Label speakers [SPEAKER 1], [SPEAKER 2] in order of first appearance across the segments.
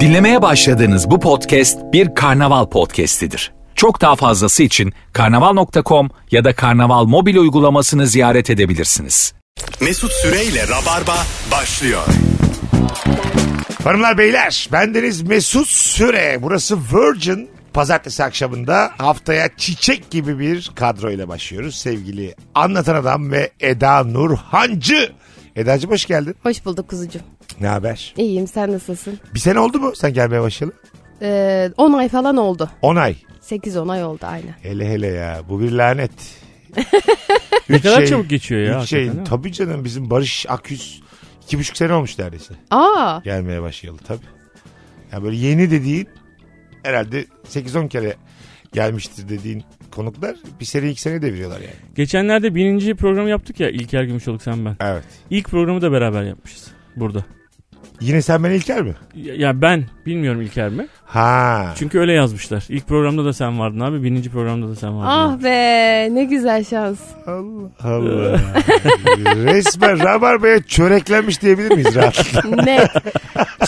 [SPEAKER 1] Dinlemeye başladığınız bu podcast bir karnaval podcastidir. Çok daha fazlası için karnaval.com ya da karnaval mobil uygulamasını ziyaret edebilirsiniz.
[SPEAKER 2] Mesut Süreyle Rabarba başlıyor.
[SPEAKER 3] Hanımlar beyler bendeniz Mesut Süre. Burası Virgin. Pazartesi akşamında haftaya çiçek gibi bir kadroyla başlıyoruz. Sevgili Anlatan Adam ve Eda Nurhancı. Eda'cığım hoş geldin.
[SPEAKER 4] Hoş bulduk kuzucuğum.
[SPEAKER 3] Ne haber?
[SPEAKER 4] İyiyim sen nasılsın?
[SPEAKER 3] Bir sene oldu mu sen gelmeye başlayalı?
[SPEAKER 4] Ee, 10 ay falan oldu.
[SPEAKER 3] 10 ay.
[SPEAKER 4] 8-10 ay oldu aynen.
[SPEAKER 3] Hele hele ya bu bir lanet. ne
[SPEAKER 5] kadar çabuk geçiyor ya
[SPEAKER 3] Üç
[SPEAKER 5] hakikaten, değil
[SPEAKER 3] şeyin.
[SPEAKER 5] mi?
[SPEAKER 3] Tabii canım bizim Barış Akyüz iki buçuk sene olmuş neredeyse.
[SPEAKER 4] Aa
[SPEAKER 3] gelmeye başlayalı tabii. Yani böyle yeni dediğin herhalde 8-10 kere gelmiştir dediğin konuklar bir sene iki sene deviriyorlar yani.
[SPEAKER 5] Geçenlerde birinci programı yaptık ya İlker Gümüşoluk sen ben.
[SPEAKER 3] Evet.
[SPEAKER 5] İlk programı da beraber yapmışız burada.
[SPEAKER 3] Yine sen beni İlker mi?
[SPEAKER 5] Ya ya ben bilmiyorum İlker mi?
[SPEAKER 3] Ha.
[SPEAKER 5] Çünkü öyle yazmışlar. İlk programda da sen vardın abi. Birinci programda da sen vardın.
[SPEAKER 4] ah be ne güzel şans.
[SPEAKER 3] Allah Allah. Resmen Rabarba'ya çöreklenmiş diyebilir miyiz rahatlıkla?
[SPEAKER 4] Net.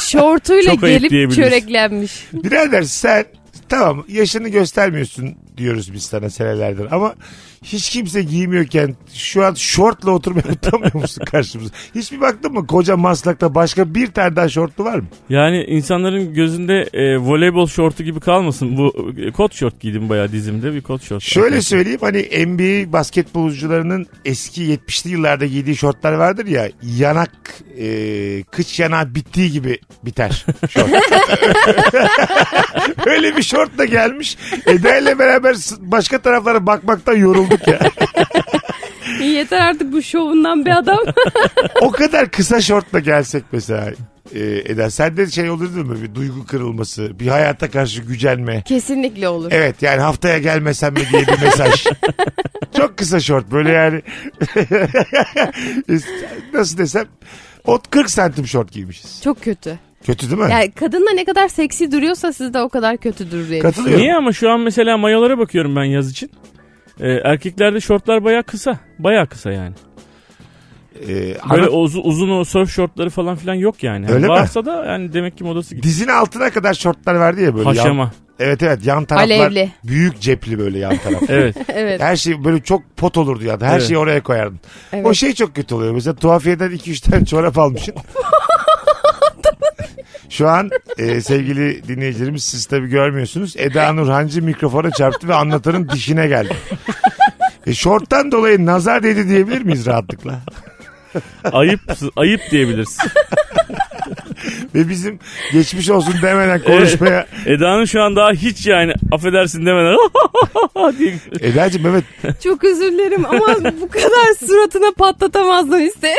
[SPEAKER 4] Şortuyla
[SPEAKER 5] Çok ayıp
[SPEAKER 4] gelip
[SPEAKER 5] diyebiliriz.
[SPEAKER 4] çöreklenmiş.
[SPEAKER 3] Birader sen tamam yaşını göstermiyorsun diyoruz biz sana senelerdir ama hiç kimse giymiyorken şu an şortla oturmaya utanmıyor musun karşımıza? Hiç bir baktın mı koca maslakta başka bir tane daha şortlu var mı?
[SPEAKER 5] Yani insanların gözünde e, voleybol şortu gibi kalmasın. Bu e, kot şort giydim bayağı dizimde bir kot şort.
[SPEAKER 3] Şöyle söyleyeyim hani NBA basketbolcularının eski 70'li yıllarda giydiği şortlar vardır ya yanak e, kıç yanağı bittiği gibi biter şort. Öyle bir şortla gelmiş. Eda ile beraber s- başka taraflara bakmaktan yorulduk ya.
[SPEAKER 4] Yeter artık bu şovundan bir adam.
[SPEAKER 3] o kadar kısa şortla gelsek mesela e, Eda sende şey olurdu mu bir duygu kırılması bir hayata karşı gücenme
[SPEAKER 4] Kesinlikle olur.
[SPEAKER 3] evet yani haftaya gelmesem mi diye bir mesaj çok kısa şort böyle yani nasıl desem ot 40 santim şort giymişiz
[SPEAKER 4] Çok kötü.
[SPEAKER 3] kötü değil mi?
[SPEAKER 4] Yani kadınla ne kadar seksi duruyorsa siz de o kadar kötüdür diye.
[SPEAKER 3] Katılıyorum.
[SPEAKER 5] Niye ama şu an mesela mayolara bakıyorum ben yaz için. E, erkeklerde şortlar bayağı kısa. Bayağı kısa yani.
[SPEAKER 3] Ee,
[SPEAKER 5] Böyle
[SPEAKER 3] hanım-
[SPEAKER 5] ozu- uzun o surf şortları falan filan yok yani. Yani
[SPEAKER 3] Öyle mi?
[SPEAKER 5] Varsa da yani demek ki modası gitti.
[SPEAKER 3] Dizin altına kadar şortlar verdi ya böyle. yan-
[SPEAKER 5] Haşama.
[SPEAKER 3] evet evet yan taraflar
[SPEAKER 4] Alevli.
[SPEAKER 3] büyük cepli böyle yan taraf.
[SPEAKER 5] Evet.
[SPEAKER 4] Evet.
[SPEAKER 3] Her şey böyle çok pot olurdu ya. Her
[SPEAKER 5] Evet.
[SPEAKER 3] şeyi oraya koyardın.
[SPEAKER 4] Evet.
[SPEAKER 3] O şey çok kötü oluyor. Mesela tuhafiyeden 2-3 tane çorap almışsın. Şu an e, sevgili dinleyicilerimiz siz tabii görmüyorsunuz. Eda Nurhancı mikrofona çarptı ve anlatanın dişine geldi. E, şorttan dolayı nazar dedi diyebilir miyiz rahatlıkla?
[SPEAKER 5] ayıp ayıp diyebiliriz.
[SPEAKER 3] Ve bizim geçmiş olsun demeden konuşmaya.
[SPEAKER 5] Eda'nın şu an daha hiç yani affedersin demeden diye.
[SPEAKER 3] Eda'cığım evet
[SPEAKER 4] Çok özür dilerim ama bu kadar suratına patlatamazdım işte.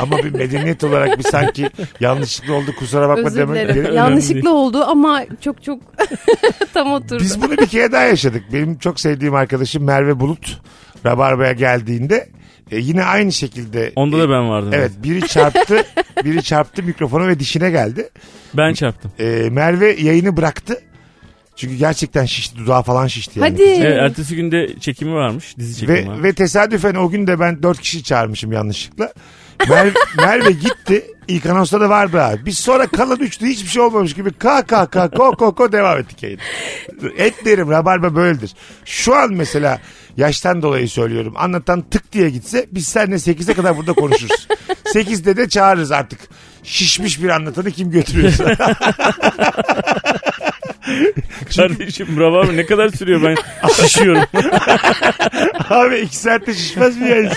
[SPEAKER 3] ama bir medeniyet olarak bir sanki yanlışlıkla oldu kusura bakma
[SPEAKER 4] özür dilerim.
[SPEAKER 3] demek.
[SPEAKER 5] Önemli
[SPEAKER 4] Yanlışlıkla oldu ama çok çok tam oturdu.
[SPEAKER 3] Biz bunu bir kere daha yaşadık. Benim çok sevdiğim arkadaşım Merve Bulut Rabarba'ya geldiğinde e, yine aynı şekilde
[SPEAKER 5] Onda
[SPEAKER 3] e,
[SPEAKER 5] da ben vardım.
[SPEAKER 3] Evet biri çarptı, biri çarptı mikrofona ve dişine geldi.
[SPEAKER 5] Ben çarptım.
[SPEAKER 3] E, Merve yayını bıraktı. Çünkü gerçekten şişti, dudağı falan şişti. yani.
[SPEAKER 4] Hadi.
[SPEAKER 5] Evet, ertesi günde çekimi varmış. Dizi çekimi
[SPEAKER 3] Ve,
[SPEAKER 5] var.
[SPEAKER 3] ve tesadüfen o gün de ben dört kişi çağırmışım yanlışlıkla. Mer- Merve gitti. İlk anonsta da vardı abi. Biz sonra kalan üçlü hiçbir şey olmamış gibi ka ka ka ko ko ko devam ettik yayına. Et derim rabarba böyledir. Şu an mesela yaştan dolayı söylüyorum. Anlatan tık diye gitse biz seninle 8'e kadar burada konuşuruz. 8'de de çağırırız artık. Şişmiş bir anlatanı kim götürüyorsa.
[SPEAKER 5] Kardeşim bravo abi ne kadar sürüyor ben şişiyorum.
[SPEAKER 3] Abi iki saatte şişmez mi yani?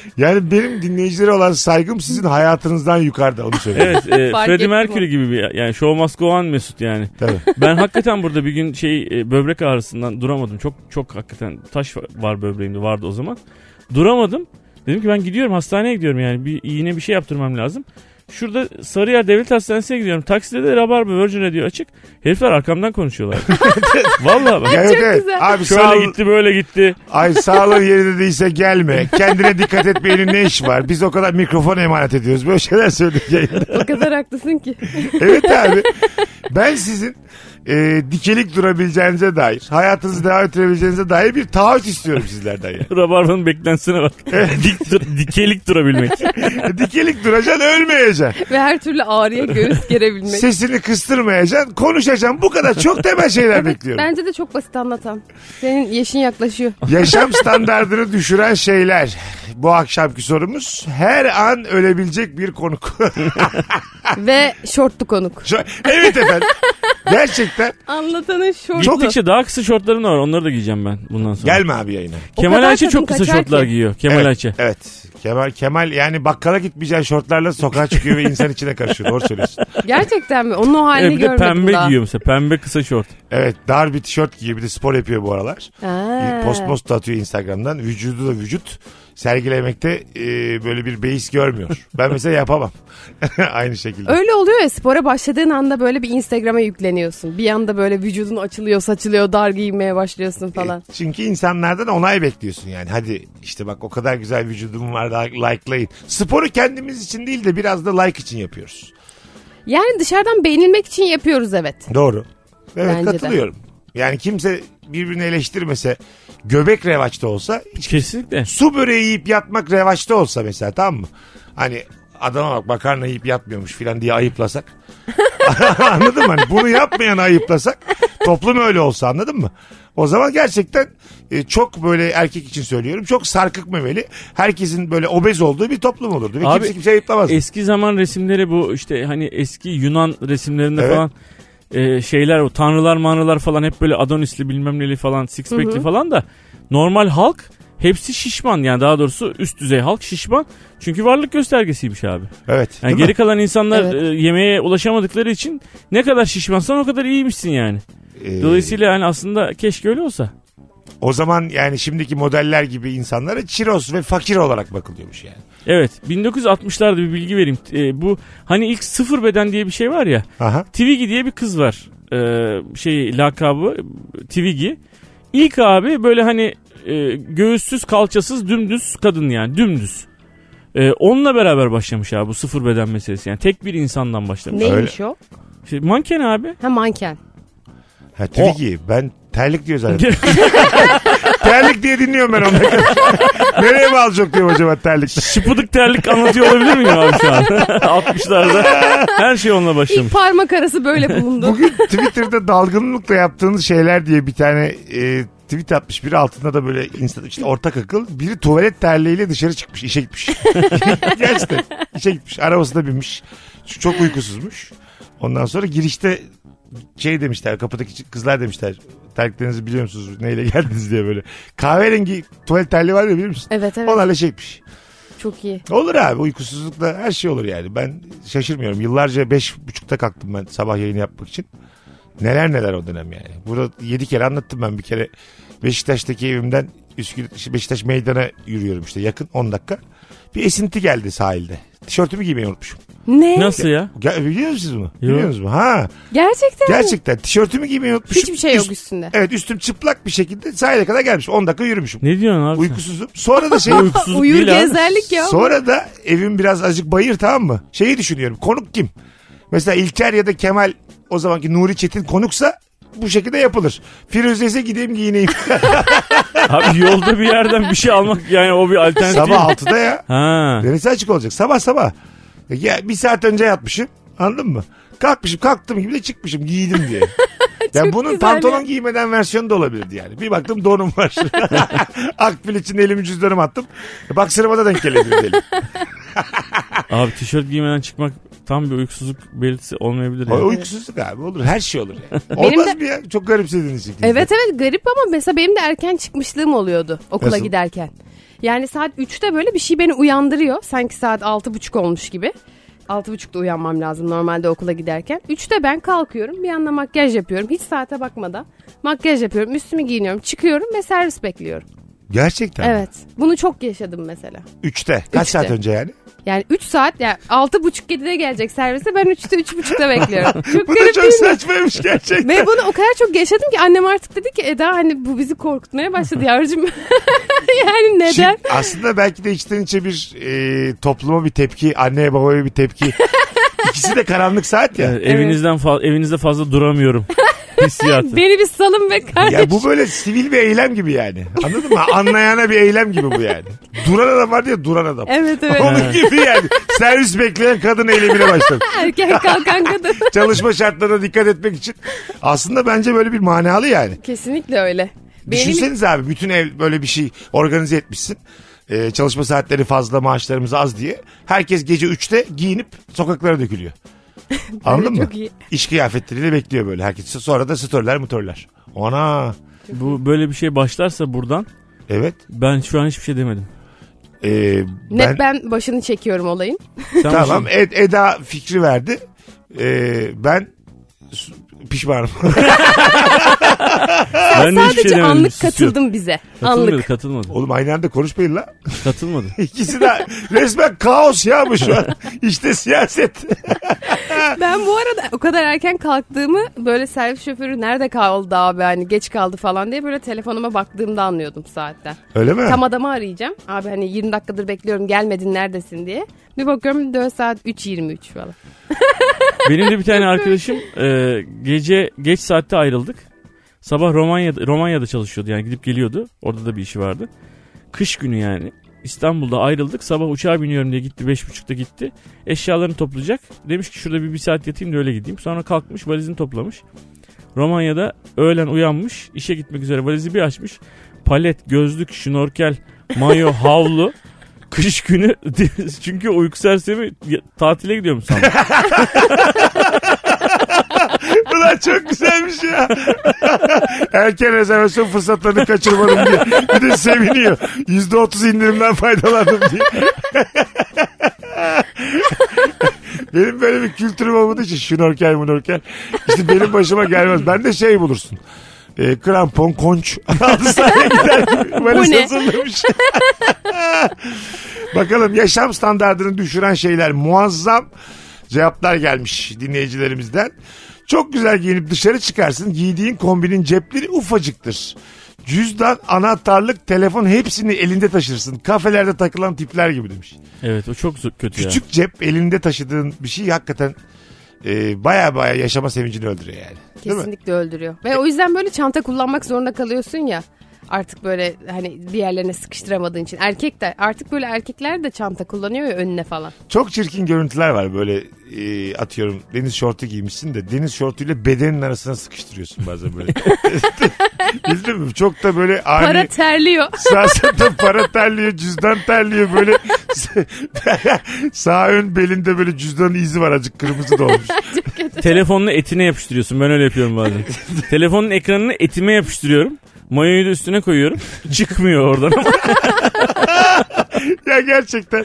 [SPEAKER 3] yani benim dinleyicilere olan saygım sizin hayatınızdan yukarıda onu söyleyeyim.
[SPEAKER 5] evet e,
[SPEAKER 4] Fark
[SPEAKER 5] Freddie
[SPEAKER 4] ettim
[SPEAKER 5] Mercury gibi bir yani Show Must Go On Mesut yani.
[SPEAKER 3] Tabii.
[SPEAKER 5] Ben hakikaten burada bir gün şey e, böbrek ağrısından duramadım. Çok çok hakikaten taş var- var böbreğimde vardı o zaman. Duramadım. Dedim ki ben gidiyorum hastaneye gidiyorum yani bir iğne bir şey yaptırmam lazım. Şurada Sarıyer Devlet Hastanesi'ne gidiyorum. Takside de Rabarba Virgin Radio açık. Herifler arkamdan konuşuyorlar. Vallahi bak.
[SPEAKER 3] Ya evet,
[SPEAKER 4] Çok
[SPEAKER 3] evet.
[SPEAKER 4] güzel.
[SPEAKER 3] Abi
[SPEAKER 5] Şöyle
[SPEAKER 3] sağ
[SPEAKER 5] gitti böyle gitti.
[SPEAKER 3] Ay sağlığın yerinde değilse gelme. Kendine dikkat etmeyenin ne işi var? Biz o kadar mikrofon emanet ediyoruz. Böyle şeyler söyledik yayında.
[SPEAKER 4] O kadar haklısın ki.
[SPEAKER 3] Evet abi. Ben sizin e, dikelik durabileceğinize dair, hayatınızı devam ettirebileceğinize dair bir taahhüt istiyorum sizlerden yani.
[SPEAKER 5] Rabarbanın beklentisine bak. Dik dur- dikelik durabilmek.
[SPEAKER 3] dikelik duracaksın ölmeyeceksin.
[SPEAKER 4] Ve her türlü ağrıya göğüs gerebilmek.
[SPEAKER 5] Şey
[SPEAKER 3] Sesini kıstırmayacaksın, konuşacaksın. Bu kadar çok temel şeyler bekliyorum.
[SPEAKER 4] Bence de çok basit anlatan. Senin yaşın yaklaşıyor.
[SPEAKER 3] Yaşam standartını düşüren şeyler. Bu akşamki sorumuz her an ölebilecek bir konuk.
[SPEAKER 4] Ve şortlu konuk.
[SPEAKER 3] Şu- evet efendim. Gerçekten
[SPEAKER 4] Anlatanın şortlu.
[SPEAKER 5] Gittikçe daha kısa şortlarım da var. Onları da giyeceğim ben bundan sonra.
[SPEAKER 3] gelme abi yayına.
[SPEAKER 4] O
[SPEAKER 5] Kemal
[SPEAKER 4] kadar
[SPEAKER 5] Ayça
[SPEAKER 4] kadın
[SPEAKER 5] çok kısa
[SPEAKER 4] kaçar
[SPEAKER 5] şortlar
[SPEAKER 4] ki.
[SPEAKER 5] giyiyor. Kemal
[SPEAKER 3] evet,
[SPEAKER 5] Ayça.
[SPEAKER 3] Evet. Kemal Kemal yani bakkala gitmeyeceğin şortlarla sokağa çıkıyor ve insan içine karışıyor. Doğru söylüyorsun.
[SPEAKER 4] Gerçekten mi? Onun o halini
[SPEAKER 5] Evet, bir de
[SPEAKER 4] görmedim
[SPEAKER 5] pembe
[SPEAKER 4] daha.
[SPEAKER 5] giyiyor mesela. Pembe kısa şort.
[SPEAKER 3] Evet dar bir tişört giyiyor bir de spor yapıyor bu aralar.
[SPEAKER 4] Ha.
[SPEAKER 5] E,
[SPEAKER 3] Post post da atıyor Instagram'dan. Vücudu da vücut sergilemekte e, böyle bir beis görmüyor. Ben mesela yapamam. Aynı şekilde.
[SPEAKER 4] Öyle oluyor ya spora başladığın anda böyle bir Instagram'a yükleniyorsun. Bir anda böyle vücudun açılıyor, saçılıyor, dar giymeye başlıyorsun falan.
[SPEAKER 3] E, Çünkü insanlardan onay bekliyorsun yani. Hadi işte bak o kadar güzel vücudum var da likelayın. Sporu kendimiz için değil de biraz da like için yapıyoruz.
[SPEAKER 4] Yani dışarıdan beğenilmek için yapıyoruz evet.
[SPEAKER 3] Doğru. Evet
[SPEAKER 4] Bence de.
[SPEAKER 3] katılıyorum. Yani kimse birbirini eleştirmese göbek revaçta olsa
[SPEAKER 5] Kesinlikle.
[SPEAKER 3] su böreği yiyip yatmak revaçta olsa mesela tamam mı? Hani adama bak makarna yiyip yatmıyormuş filan diye ayıplasak. anladın mı? Hani bunu yapmayanı ayıplasak toplum öyle olsa anladın mı? O zaman gerçekten e, çok böyle erkek için söylüyorum çok sarkık memeli herkesin böyle obez olduğu bir toplum olurdu. Ve
[SPEAKER 5] Abi, e,
[SPEAKER 3] kimse kimse ayıplamaz.
[SPEAKER 5] Eski zaman resimleri bu işte hani eski Yunan resimlerinde
[SPEAKER 3] Evet.
[SPEAKER 5] falan e, şeyler o tanrılar manrılar falan hep böyle Adonis'li bilmem neli falan six pack'li falan da normal halk hepsi şişman yani daha doğrusu üst düzey halk şişman çünkü varlık göstergesiymiş abi.
[SPEAKER 3] evet.
[SPEAKER 5] Yani
[SPEAKER 3] değil
[SPEAKER 5] geri
[SPEAKER 3] mi?
[SPEAKER 5] kalan insanlar
[SPEAKER 4] Evet.
[SPEAKER 5] e, yemeğe ulaşamadıkları için ne kadar şişmansan o kadar iyiymişsin yani.
[SPEAKER 3] Ee,
[SPEAKER 5] Dolayısıyla yani aslında keşke öyle olsa.
[SPEAKER 3] O zaman yani şimdiki modeller gibi insanlara çiroz ve fakir olarak bakılıyormuş yani.
[SPEAKER 5] Evet 1960'larda bir bilgi vereyim. E, bu hani ilk sıfır beden diye bir şey var ya.
[SPEAKER 3] Aha.
[SPEAKER 5] Twiggy diye bir kız var. Ee, şey lakabı Twiggy. İlk abi böyle hani e, göğüssüz kalçasız dümdüz kadın yani dümdüz. Ee, onunla beraber başlamış abi bu sıfır beden meselesi yani tek bir insandan başlamış.
[SPEAKER 4] Neymiş o?
[SPEAKER 5] Şey, manken abi.
[SPEAKER 4] Ha manken.
[SPEAKER 3] Ha Twiggy. Ben terlik diyor zaten. terlik diye dinliyorum ben onu. Nereye bağlı çok diyorum acaba terlik?
[SPEAKER 5] Şıpıdık terlik anlatıyor olabilir miyim abi şu an? 60'larda her şey onunla
[SPEAKER 4] İlk
[SPEAKER 5] başlamış.
[SPEAKER 4] parmak arası böyle bulundu.
[SPEAKER 3] Bugün Twitter'da dalgınlıkla yaptığınız şeyler diye bir tane e, tweet atmış biri altında da böyle insan işte ortak akıl biri tuvalet terliğiyle dışarı çıkmış işe gitmiş. Gerçekten işe gitmiş arabasına binmiş Şu çok uykusuzmuş. Ondan sonra girişte şey demişler kapıdaki kızlar demişler terliklerinizi biliyor musunuz neyle geldiniz diye böyle. Kahverengi tuvalet terliği var ya bilir misin?
[SPEAKER 4] Evet evet
[SPEAKER 3] Onlarla şey gitmiş.
[SPEAKER 4] çok iyi.
[SPEAKER 3] Olur abi uykusuzlukla her şey olur yani. Ben şaşırmıyorum. Yıllarca beş buçukta kalktım ben sabah yayını yapmak için. Neler neler o dönem yani. Burada yedi kere anlattım ben bir kere. Beşiktaş'taki evimden Üsküdar, işte Beşiktaş meydana yürüyorum işte yakın 10 dakika. Bir esinti geldi sahilde. Tişörtümü giymeyi unutmuşum.
[SPEAKER 4] Ne?
[SPEAKER 5] Nasıl ya?
[SPEAKER 3] Gel, biliyor musunuz bunu? Biliyor musunuz bunu? Ha.
[SPEAKER 4] Gerçekten mi?
[SPEAKER 3] Gerçekten tişörtümü giymeyi unutmuşum.
[SPEAKER 4] Hiçbir şey yok
[SPEAKER 3] Üst-
[SPEAKER 4] üstünde.
[SPEAKER 3] evet üstüm çıplak bir şekilde sahile kadar gelmiş. 10 dakika yürümüşüm.
[SPEAKER 5] Ne diyorsun abi? sen?
[SPEAKER 3] Uykusuzum. Sonra da şey
[SPEAKER 5] Uykusuzluk
[SPEAKER 4] Uyur
[SPEAKER 5] değil abi.
[SPEAKER 4] gezerlik ya.
[SPEAKER 3] Sonra da evim biraz azıcık bayır tamam mı? Şeyi düşünüyorum. Konuk kim? Mesela İlker ya da Kemal o zamanki Nuri Çetin konuksa bu şekilde yapılır. Firuze ise gideyim giyineyim.
[SPEAKER 5] Abi yolda bir yerden bir şey almak yani o bir alternatif.
[SPEAKER 3] sabah 6'da ya.
[SPEAKER 5] Ha.
[SPEAKER 3] Neresi açık olacak? Sabah sabah. E Ya bir saat önce yatmışım. Anladın mı? Kalkmışım kalktım gibi de çıkmışım giydim diye. ya bunun
[SPEAKER 4] güzel
[SPEAKER 3] pantolon
[SPEAKER 4] ya.
[SPEAKER 3] giymeden versiyonu da olabilirdi yani. Bir baktım donum var. Akbil için elimi cüzdanım attım. Baksırıma da denk gelebilir dedim.
[SPEAKER 5] Abi tişört giymeden çıkmak tam bir uykusuzluk belirtisi olmayabilir.
[SPEAKER 3] Ay,
[SPEAKER 5] yani.
[SPEAKER 3] Uykusuzluk abi olur her şey olur yani.
[SPEAKER 4] Benim
[SPEAKER 3] Olmaz
[SPEAKER 4] de-
[SPEAKER 3] mı ya? Çok garipsediniz ikiniz de.
[SPEAKER 4] Evet evet garip ama mesela benim de erken çıkmışlığım oluyordu okula
[SPEAKER 3] Nasıl?
[SPEAKER 4] giderken. Yani saat 3'te böyle bir şey beni uyandırıyor. Sanki saat 6.30 olmuş gibi. 6.30'da uyanmam lazım normalde okula giderken. 3'te ben kalkıyorum bir anda makyaj yapıyorum. Hiç saate bakmadan makyaj yapıyorum. Üstümü giyiniyorum çıkıyorum ve servis bekliyorum.
[SPEAKER 3] Gerçekten.
[SPEAKER 4] Evet bunu çok yaşadım mesela.
[SPEAKER 3] Üçte. Kaç
[SPEAKER 4] Üçte.
[SPEAKER 3] saat önce yani?
[SPEAKER 4] Yani 3 saat yani 6.30-7'de gelecek servise ben 3'te 3.30'da bekliyorum. Çok
[SPEAKER 3] Bu
[SPEAKER 4] garip
[SPEAKER 3] da
[SPEAKER 4] değil
[SPEAKER 3] çok
[SPEAKER 4] mi?
[SPEAKER 3] saçmaymış gerçekten.
[SPEAKER 4] Ve bunu o kadar çok yaşadım ki annem artık dedi ki Eda hani bu bizi korkutmaya başladı yavrucuğum. yani neden?
[SPEAKER 3] Şimdi aslında belki de içten içe bir e, topluma bir tepki, anneye babaya bir tepki. İkisi de karanlık saat ya.
[SPEAKER 5] Ee, Evinizden fa- evinizde fazla duramıyorum. Hissiyatı.
[SPEAKER 4] Beni bir salın be kardeşim.
[SPEAKER 3] Ya bu böyle sivil bir eylem gibi yani. Anladın mı? Anlayana bir eylem gibi bu yani. Duran adam var diye duran adam.
[SPEAKER 4] Evet evet.
[SPEAKER 3] Onun gibi yani. Servis bekleyen kadın eylemine başladı.
[SPEAKER 4] Erken kalkan kadın.
[SPEAKER 3] Çalışma şartlarına dikkat etmek için. Aslında bence böyle bir manalı yani.
[SPEAKER 4] Kesinlikle öyle. Benim
[SPEAKER 3] Düşünsenize abi bütün ev böyle bir şey organize etmişsin. Ee, çalışma saatleri fazla maaşlarımız az diye. Herkes gece 3'te giyinip sokaklara dökülüyor. Anladın mı?
[SPEAKER 4] çok iyi.
[SPEAKER 3] İş kıyafetleriyle bekliyor böyle herkes. Sonra da storyler motorlar. Ona
[SPEAKER 5] Bu böyle bir şey başlarsa buradan
[SPEAKER 3] evet.
[SPEAKER 5] ben şu an hiçbir şey demedim.
[SPEAKER 3] Ee, ben,
[SPEAKER 4] ne, ben başını çekiyorum olayın.
[SPEAKER 5] Sen
[SPEAKER 3] tamam
[SPEAKER 5] bir
[SPEAKER 3] Ed- Eda fikri verdi. Ee, ben su- pişmanım.
[SPEAKER 5] şey- ben de hiçbir
[SPEAKER 4] Sadece
[SPEAKER 5] şey demedim.
[SPEAKER 4] anlık
[SPEAKER 5] Susuyor.
[SPEAKER 4] katıldım bize.
[SPEAKER 5] Katılmadı,
[SPEAKER 4] Anlık.
[SPEAKER 5] katılmadı.
[SPEAKER 3] Oğlum aynı anda konuşmayın la.
[SPEAKER 5] Katılmadı.
[SPEAKER 3] İkisi de resmen kaos ya bu şu an. İşte siyaset.
[SPEAKER 4] Ben bu arada o kadar erken kalktığımı böyle servis şoförü nerede kaldı abi hani geç kaldı falan diye böyle telefonuma baktığımda anlıyordum saatten.
[SPEAKER 3] Öyle mi?
[SPEAKER 4] Tam adamı arayacağım. Abi hani 20 dakikadır bekliyorum gelmedin neredesin diye. Bir bakıyorum 4 saat 3.23 falan.
[SPEAKER 5] Benim de bir tane arkadaşım e, gece geç saatte ayrıldık. Sabah Romanya'da, Romanya'da çalışıyordu yani gidip geliyordu. Orada da bir işi vardı. Kış günü yani. İstanbul'da ayrıldık. Sabah uçağa biniyorum diye gitti. Beş buçukta gitti. Eşyalarını toplayacak. Demiş ki şurada bir, bir saat yatayım da öyle gideyim. Sonra kalkmış valizini toplamış. Romanya'da öğlen uyanmış. işe gitmek üzere valizi bir açmış. Palet, gözlük, şnorkel, mayo, havlu. Kış günü çünkü uyku sersemi ya- tatile gidiyorum sandım.
[SPEAKER 3] Ulan çok güzelmiş ya. Erken rezervasyon fırsatlarını kaçırmadım diye. Bir de seviniyor. Yüzde otuz indirimden faydalandım diye. benim böyle bir kültürüm olmadığı için şnorkel mnorkel. İşte benim başıma gelmez. Ben de şey bulursun. E, krampon, konç. Hastaneye gider gibi.
[SPEAKER 4] Bu
[SPEAKER 3] Valiz
[SPEAKER 4] ne?
[SPEAKER 3] hazırlamış. Bakalım yaşam standartını düşüren şeyler muazzam cevaplar gelmiş dinleyicilerimizden. Çok güzel giyinip dışarı çıkarsın. Giydiğin kombinin cepleri ufacıktır. Cüzdan, anahtarlık, telefon hepsini elinde taşırsın. Kafelerde takılan tipler gibi demiş.
[SPEAKER 5] Evet o çok zo- kötü ya.
[SPEAKER 3] Küçük cep elinde taşıdığın bir şey hakikaten e, baya baya yaşama sevincini öldürüyor yani. Değil mi? E-
[SPEAKER 4] Kesinlikle öldürüyor. Ve o yüzden böyle çanta kullanmak zorunda kalıyorsun ya. Artık böyle hani bir yerlerine sıkıştıramadığın için. Erkek de artık böyle erkekler de çanta kullanıyor ya önüne falan.
[SPEAKER 3] Çok çirkin görüntüler var böyle e, atıyorum deniz şortu giymişsin de deniz şortuyla bedenin arasına sıkıştırıyorsun bazen böyle. Bildin mi? Çok da böyle ani...
[SPEAKER 4] Para terliyor.
[SPEAKER 3] Siyasette para terliyor, cüzdan terliyor böyle. Sağ ön belinde böyle cüzdanın izi var azıcık kırmızı da olmuş.
[SPEAKER 5] Telefonla etine yapıştırıyorsun. Ben öyle yapıyorum bazen. Telefonun ekranını etime yapıştırıyorum. Mayoyu da üstüne koyuyorum. Çıkmıyor oradan ama.
[SPEAKER 3] ya gerçekten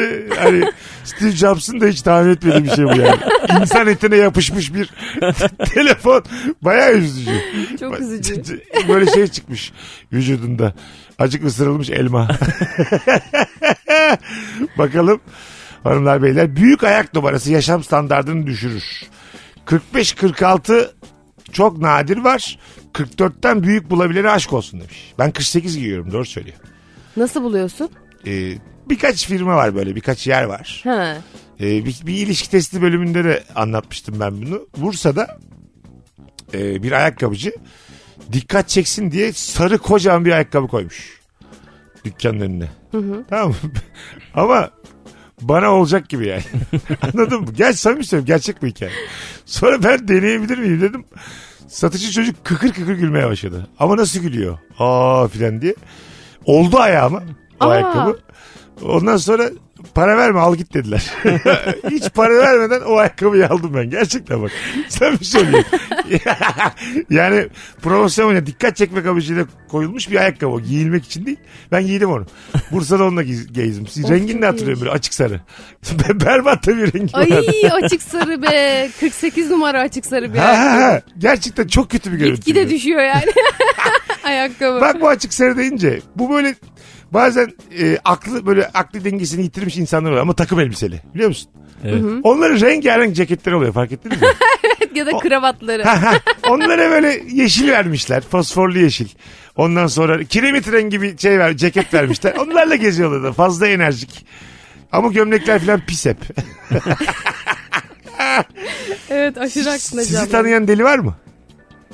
[SPEAKER 3] e, hani Steve Jobs'ın da hiç tahmin etmediği bir şey bu yani. İnsan etine yapışmış bir telefon. Bayağı üzücü.
[SPEAKER 4] Çok üzücü.
[SPEAKER 3] Böyle şey çıkmış vücudunda. Acık ısırılmış elma. Bakalım hanımlar beyler. Büyük ayak numarası yaşam standartını düşürür. 45-46 çok nadir var. 44'ten büyük bulabilene aşk olsun demiş. Ben 48 giyiyorum doğru söylüyor.
[SPEAKER 4] Nasıl buluyorsun?
[SPEAKER 3] Ee, birkaç firma var böyle birkaç yer var.
[SPEAKER 4] Ha.
[SPEAKER 3] Ee, bir, bir ilişki testi bölümünde de anlatmıştım ben bunu. Bursa'da e, bir ayakkabıcı dikkat çeksin diye sarı kocaman bir ayakkabı koymuş dükkanın önüne. Tamam mı? Ama bana olacak gibi yani. Anladın mı? Gerçi samimi söylüyorum gerçek bu hikaye. Sonra ben deneyebilir miyim dedim. Satıcı çocuk kıkır kıkır gülmeye başladı. Ama nasıl gülüyor? Aa filan diye. Oldu ayağıma o
[SPEAKER 4] Aa.
[SPEAKER 3] ayakkabı. Ondan sonra para verme al git dediler. Hiç para vermeden o ayakkabıyı aldım ben. Gerçekten bak. Sen bir söylüyorsun. yani promosyona dikkat çekmek amacıyla koyulmuş bir ayakkabı. o. Giyilmek için değil. Ben giydim onu. Bursa'da onunla giz- gezdim. Siz
[SPEAKER 4] Of,
[SPEAKER 3] Rengini
[SPEAKER 4] çok
[SPEAKER 3] de hatırlıyorum böyle açık sarı. Berbat da bir rengi
[SPEAKER 4] Ay
[SPEAKER 3] vardı.
[SPEAKER 4] açık sarı be. 48 numara açık sarı bir
[SPEAKER 3] Ha, ha,
[SPEAKER 4] ayakkabı.
[SPEAKER 3] ha. Gerçekten çok kötü bir görüntü.
[SPEAKER 4] Gitgide düşüyor yani. ayakkabı.
[SPEAKER 3] Bak bu açık sarı deyince bu böyle bazen e, aklı böyle aklı dengesini yitirmiş insanlar oluyor ama takım elbiseli biliyor musun?
[SPEAKER 5] Evet.
[SPEAKER 3] Onların rengarenk ceketleri oluyor fark ettiniz mi?
[SPEAKER 4] ya da kravatları.
[SPEAKER 3] Onlara böyle yeşil vermişler. Fosforlu yeşil. Ondan sonra kiremit rengi bir şey ver, ceket vermişler. Onlarla geziyorlar da fazla enerjik. Ama gömlekler falan pis hep.
[SPEAKER 4] Evet aşırı aklına
[SPEAKER 3] Sizi
[SPEAKER 4] canlandı.
[SPEAKER 3] tanıyan deli var mı?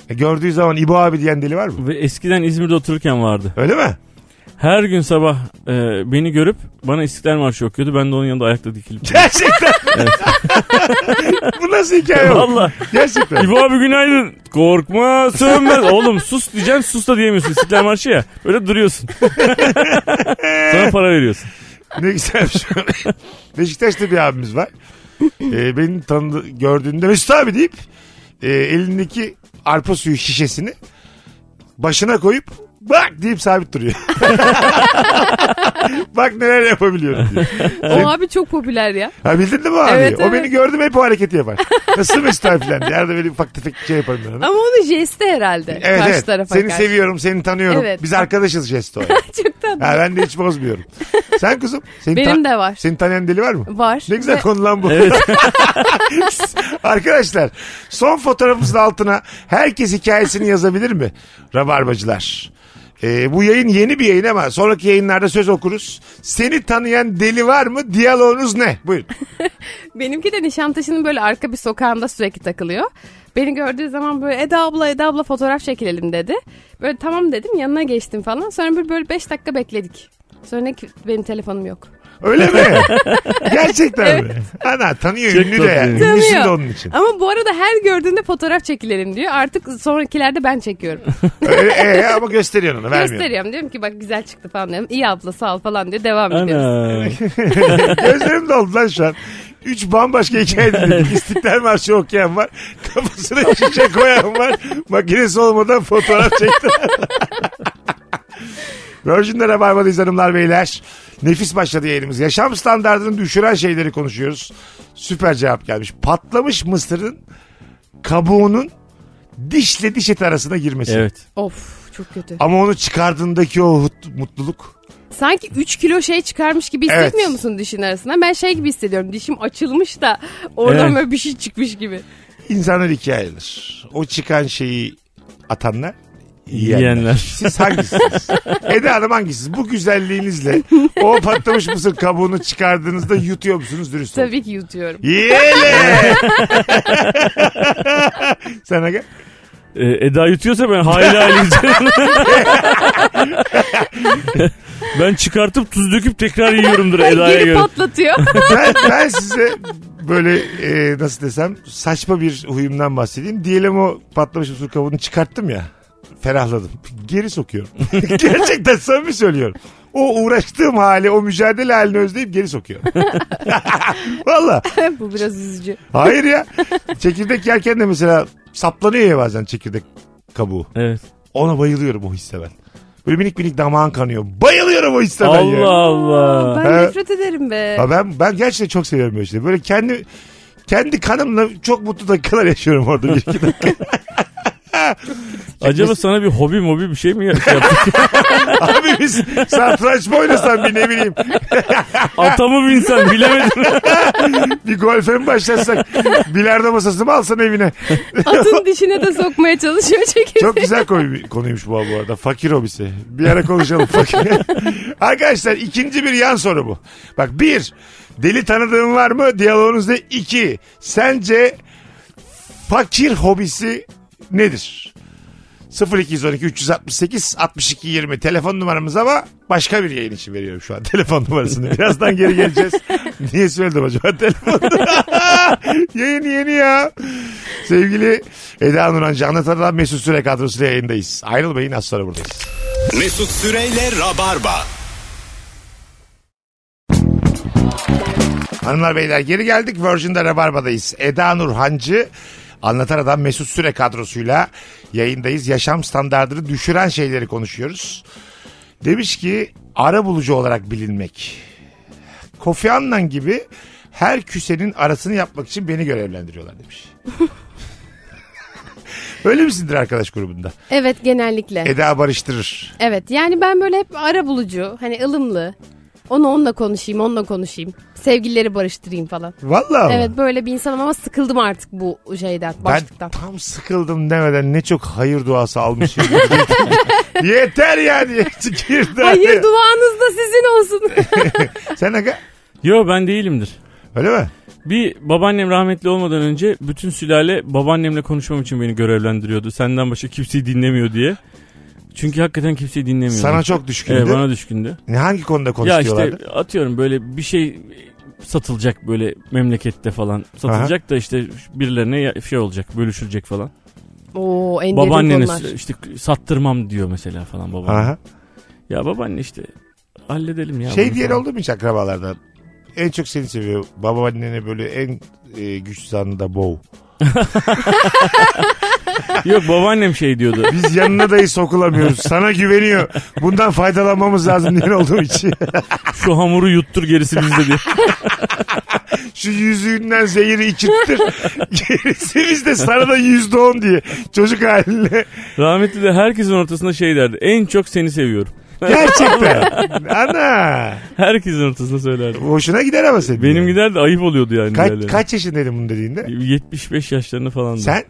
[SPEAKER 3] E, Gördüğü zaman İbo abi diyen deli var mı?
[SPEAKER 5] Ve eskiden İzmir'de otururken vardı.
[SPEAKER 3] Öyle mi?
[SPEAKER 5] Her gün sabah e, beni görüp bana İstiklal Marşı okuyordu. Ben de onun yanında ayakta dikilip.
[SPEAKER 3] Gerçekten. Bu nasıl hikaye? oğlum?
[SPEAKER 5] Valla.
[SPEAKER 3] Gerçekten.
[SPEAKER 5] İbo abi günaydın. Korkma sönmez. Oğlum sus diyeceksin sus da diyemiyorsun. İstiklal Marşı ya. Böyle duruyorsun. Sana para veriyorsun.
[SPEAKER 3] ne güzel bir şey. Beşiktaş'ta bir abimiz var. Ee, benim tanıdı gördüğünde Mesut abi deyip e, elindeki arpa suyu şişesini başına koyup bak deyip sabit duruyor. bak neler yapabiliyorum diye.
[SPEAKER 4] O abi çok popüler ya.
[SPEAKER 3] Ha bildin değil mi abi?
[SPEAKER 4] Evet,
[SPEAKER 3] o
[SPEAKER 4] evet.
[SPEAKER 3] beni gördüm hep o hareketi yapar. Nasıl Mesut abi falan diye. Arada böyle ufak tefek şey yaparım ben ona.
[SPEAKER 4] Ama onun jesti herhalde.
[SPEAKER 3] Evet,
[SPEAKER 4] karşı
[SPEAKER 3] evet.
[SPEAKER 4] tarafa
[SPEAKER 3] Seni
[SPEAKER 4] karşı.
[SPEAKER 3] seviyorum, seni tanıyorum.
[SPEAKER 4] Evet.
[SPEAKER 3] Biz arkadaşız jesto. Ha,
[SPEAKER 4] çok tatlı.
[SPEAKER 3] ben de hiç bozmuyorum. Sen kuzum? Seni
[SPEAKER 4] Benim de var.
[SPEAKER 3] Seni tanıyan deli var mı?
[SPEAKER 4] Var.
[SPEAKER 3] Ne güzel
[SPEAKER 4] Ve-
[SPEAKER 3] konu lan bu. Arkadaşlar son fotoğrafımızın altına herkes hikayesini yazabilir mi? Rabarbacılar. Ee, bu yayın yeni bir yayın ama sonraki yayınlarda söz okuruz. Seni tanıyan deli var mı? Diyaloğunuz ne? Buyurun.
[SPEAKER 4] Benimki de Nişantaşı'nın böyle arka bir sokağında sürekli takılıyor. Beni gördüğü zaman böyle Eda abla Eda abla fotoğraf çekilelim dedi. Böyle tamam dedim yanına geçtim falan. Sonra bir böyle 5 dakika bekledik. Sonra ne ki benim telefonum yok.
[SPEAKER 3] Öyle mi? Gerçekten mi? Ana tanıyor
[SPEAKER 5] Çok
[SPEAKER 3] ünlü de yani.
[SPEAKER 5] tatlı.
[SPEAKER 3] Ünlüsün de
[SPEAKER 4] Tanıyor.
[SPEAKER 3] onun için.
[SPEAKER 4] Ama bu arada her gördüğünde fotoğraf çekilelim diyor. Artık sonrakilerde ben çekiyorum.
[SPEAKER 3] Öyle, e, ama gösteriyorsun onu vermiyor.
[SPEAKER 4] Gösteriyorum diyorum ki bak güzel çıktı falan diyorum. İyi abla sağ ol falan diyor. Devam ediyoruz.
[SPEAKER 5] Ana.
[SPEAKER 3] Gözlerim doldu lan şu an. Üç bambaşka hikaye dinledik. İstiklal Marşı okuyan var. Kafasına şişe koyan var. Makinesi olmadan fotoğraf çektiler. Virgin'de Rabarba'dayız hanımlar beyler. Nefis başladı yayınımız. Yaşam standartını düşüren şeyleri konuşuyoruz. Süper cevap gelmiş. Patlamış mısırın kabuğunun dişle diş eti arasına girmesi.
[SPEAKER 5] Evet.
[SPEAKER 4] Of çok kötü.
[SPEAKER 3] Ama onu çıkardığındaki o hut- mutluluk.
[SPEAKER 4] Sanki 3 kilo şey çıkarmış gibi
[SPEAKER 3] Evet.
[SPEAKER 4] hissetmiyor musun dişin arasında? Ben şey gibi hissediyorum. Dişim açılmış da oradan
[SPEAKER 5] Evet.
[SPEAKER 4] böyle bir şey çıkmış gibi.
[SPEAKER 3] İnsanlar ikiye ayrılır. O çıkan şeyi atanlar yiyenler.
[SPEAKER 5] Yiyenler.
[SPEAKER 3] Siz hangisiniz? Eda Hanım hangisiniz? Bu güzelliğinizle o patlamış mısır kabuğunu çıkardığınızda yutuyor musunuz dürüst olun.
[SPEAKER 4] Tabii ki yutuyorum.
[SPEAKER 3] Yele! Sana gel.
[SPEAKER 5] Ee, Eda yutuyorsa ben hayli hayli yiyeceğim. ben çıkartıp tuz döküp tekrar yiyorumdur Eda'ya
[SPEAKER 4] Geri
[SPEAKER 5] göre.
[SPEAKER 4] patlatıyor.
[SPEAKER 3] Ben, ben size böyle e, nasıl desem saçma bir huyumdan bahsedeyim. Diyelim o patlamış mısır kabuğunu çıkarttım ya. Ferahladım. Geri sokuyorum. Gerçekten samimi söylüyorum. O uğraştığım hali, o mücadele halini özleyip geri sokuyorum. Valla.
[SPEAKER 4] Bu biraz üzücü.
[SPEAKER 3] Hayır ya. Çekirdek yerken de mesela saplanıyor ya bazen çekirdek kabuğu.
[SPEAKER 5] Evet.
[SPEAKER 3] Ona bayılıyorum o hisse ben. Böyle minik minik damağın kanıyor. Bayılıyorum o hisse ben ya.
[SPEAKER 5] Allah Allah.
[SPEAKER 4] Ben
[SPEAKER 3] Evet.
[SPEAKER 4] nefret ederim be.
[SPEAKER 3] Ya ben ben gerçekten çok seviyorum böyle şeyleri. Böyle kendi kendi kanımla çok mutlu dakikalar yaşıyorum orada bir iki dakika.
[SPEAKER 5] Acaba sana bir hobi mobi bir şey mi yaptık?
[SPEAKER 3] Abi biz satranç mı oynasam bir ne bileyim
[SPEAKER 5] Atamı mı insan bilemedim.
[SPEAKER 3] bir golfe mi başlasak bilardo masası mı alsan evine.
[SPEAKER 4] Atın dişine de sokmaya çalışıyor çekirdek.
[SPEAKER 3] Çok güzel koy- konuymuş bu bu arada. Fakir hobisi. Bir ara konuşalım fakir. Arkadaşlar ikinci bir yan soru bu. Bak bir deli tanıdığın var mı? Diyaloğunuzda iki sence fakir hobisi nedir? 0212 368 62 20 telefon numaramız ama başka bir yayın için veriyorum şu an telefon numarasını. Birazdan geri geleceğiz. Niye söyledim acaba telefonu? yayın yeni ya. Sevgili Eda Nuran Canlı Tanıdan Mesut Süre kadrosuyla yayındayız. Ayrılmayın az sonra buradayız.
[SPEAKER 2] Mesut Süreyle Rabarba.
[SPEAKER 3] Hanımlar beyler geri geldik. Virgin'de Rabarba'dayız. Eda Nurhancı Anlatan Adam Mesut Süre kadrosuyla yayındayız. Yaşam standartını düşüren şeyleri konuşuyoruz. Demiş ki ara bulucu olarak bilinmek. Kofi Annan gibi her küsenin arasını yapmak için beni görevlendiriyorlar demiş. Öyle misindir arkadaş grubunda?
[SPEAKER 4] Evet genellikle.
[SPEAKER 3] Eda barıştırır.
[SPEAKER 4] Evet yani ben böyle hep ara bulucu hani ılımlı. Onu onunla konuşayım onunla konuşayım. Sevgilileri barıştırayım falan.
[SPEAKER 3] Vallahi mı?
[SPEAKER 4] Evet böyle bir insanım ama sıkıldım artık bu şeyden başlıktan.
[SPEAKER 3] Ben tam sıkıldım demeden ne çok hayır duası almışım. Yeter ya diye girdi.
[SPEAKER 4] Hayır duanız da sizin olsun.
[SPEAKER 3] Sen aga
[SPEAKER 5] Yo ben değilimdir.
[SPEAKER 3] Öyle mi?
[SPEAKER 5] Bir babaannem rahmetli olmadan önce bütün sülale babaannemle konuşmam için beni görevlendiriyordu. Senden başka kimseyi dinlemiyor diye. Çünkü hakikaten kimseyi dinlemiyordu.
[SPEAKER 3] Sana çok düşkündü.
[SPEAKER 5] Evet, bana düşkündü.
[SPEAKER 3] Ne, Hangi konuda
[SPEAKER 5] Ya işte
[SPEAKER 3] konuşuyorlardı?
[SPEAKER 5] atıyorum böyle bir şey satılacak böyle memlekette falan. Satılacak da işte birilerine ya- şey olacak bölüşülecek falan.
[SPEAKER 4] Oo en derin konular.
[SPEAKER 5] Babaanneniz işte sattırmam diyor mesela falan babaanne.
[SPEAKER 3] Aha.
[SPEAKER 5] Ya babaanne işte halledelim ya.
[SPEAKER 3] Şey
[SPEAKER 5] bunu
[SPEAKER 3] diyen
[SPEAKER 5] falan.
[SPEAKER 3] oldu mu hiç akrabalardan? En çok seni seviyor. Babaannene böyle en e, güçsüz anında boğ.
[SPEAKER 5] Yok babaannem şey diyordu.
[SPEAKER 3] Biz yanına dahi sokulamıyoruz. Sana güveniyor. Bundan faydalanmamız lazım diyen olduğu için.
[SPEAKER 5] Şu hamuru yuttur gerisi bizde diye.
[SPEAKER 3] Şu yüzüğünden zehiri içirttir. Gerisi bizde sana da yüzde on diye. Çocuk haline.
[SPEAKER 5] Rahmetli de herkesin ortasında şey derdi. En çok seni seviyorum.
[SPEAKER 3] Gerçekten. Ana.
[SPEAKER 5] Herkesin ortasında söylerdi.
[SPEAKER 3] Hoşuna gider ama senin.
[SPEAKER 5] Benim gider de ayıp oluyordu yani.
[SPEAKER 3] Kaç,
[SPEAKER 5] diğerlerine.
[SPEAKER 3] kaç yaşındaydın bunu dediğinde?
[SPEAKER 5] 75 yaşlarında falan.
[SPEAKER 3] Sen?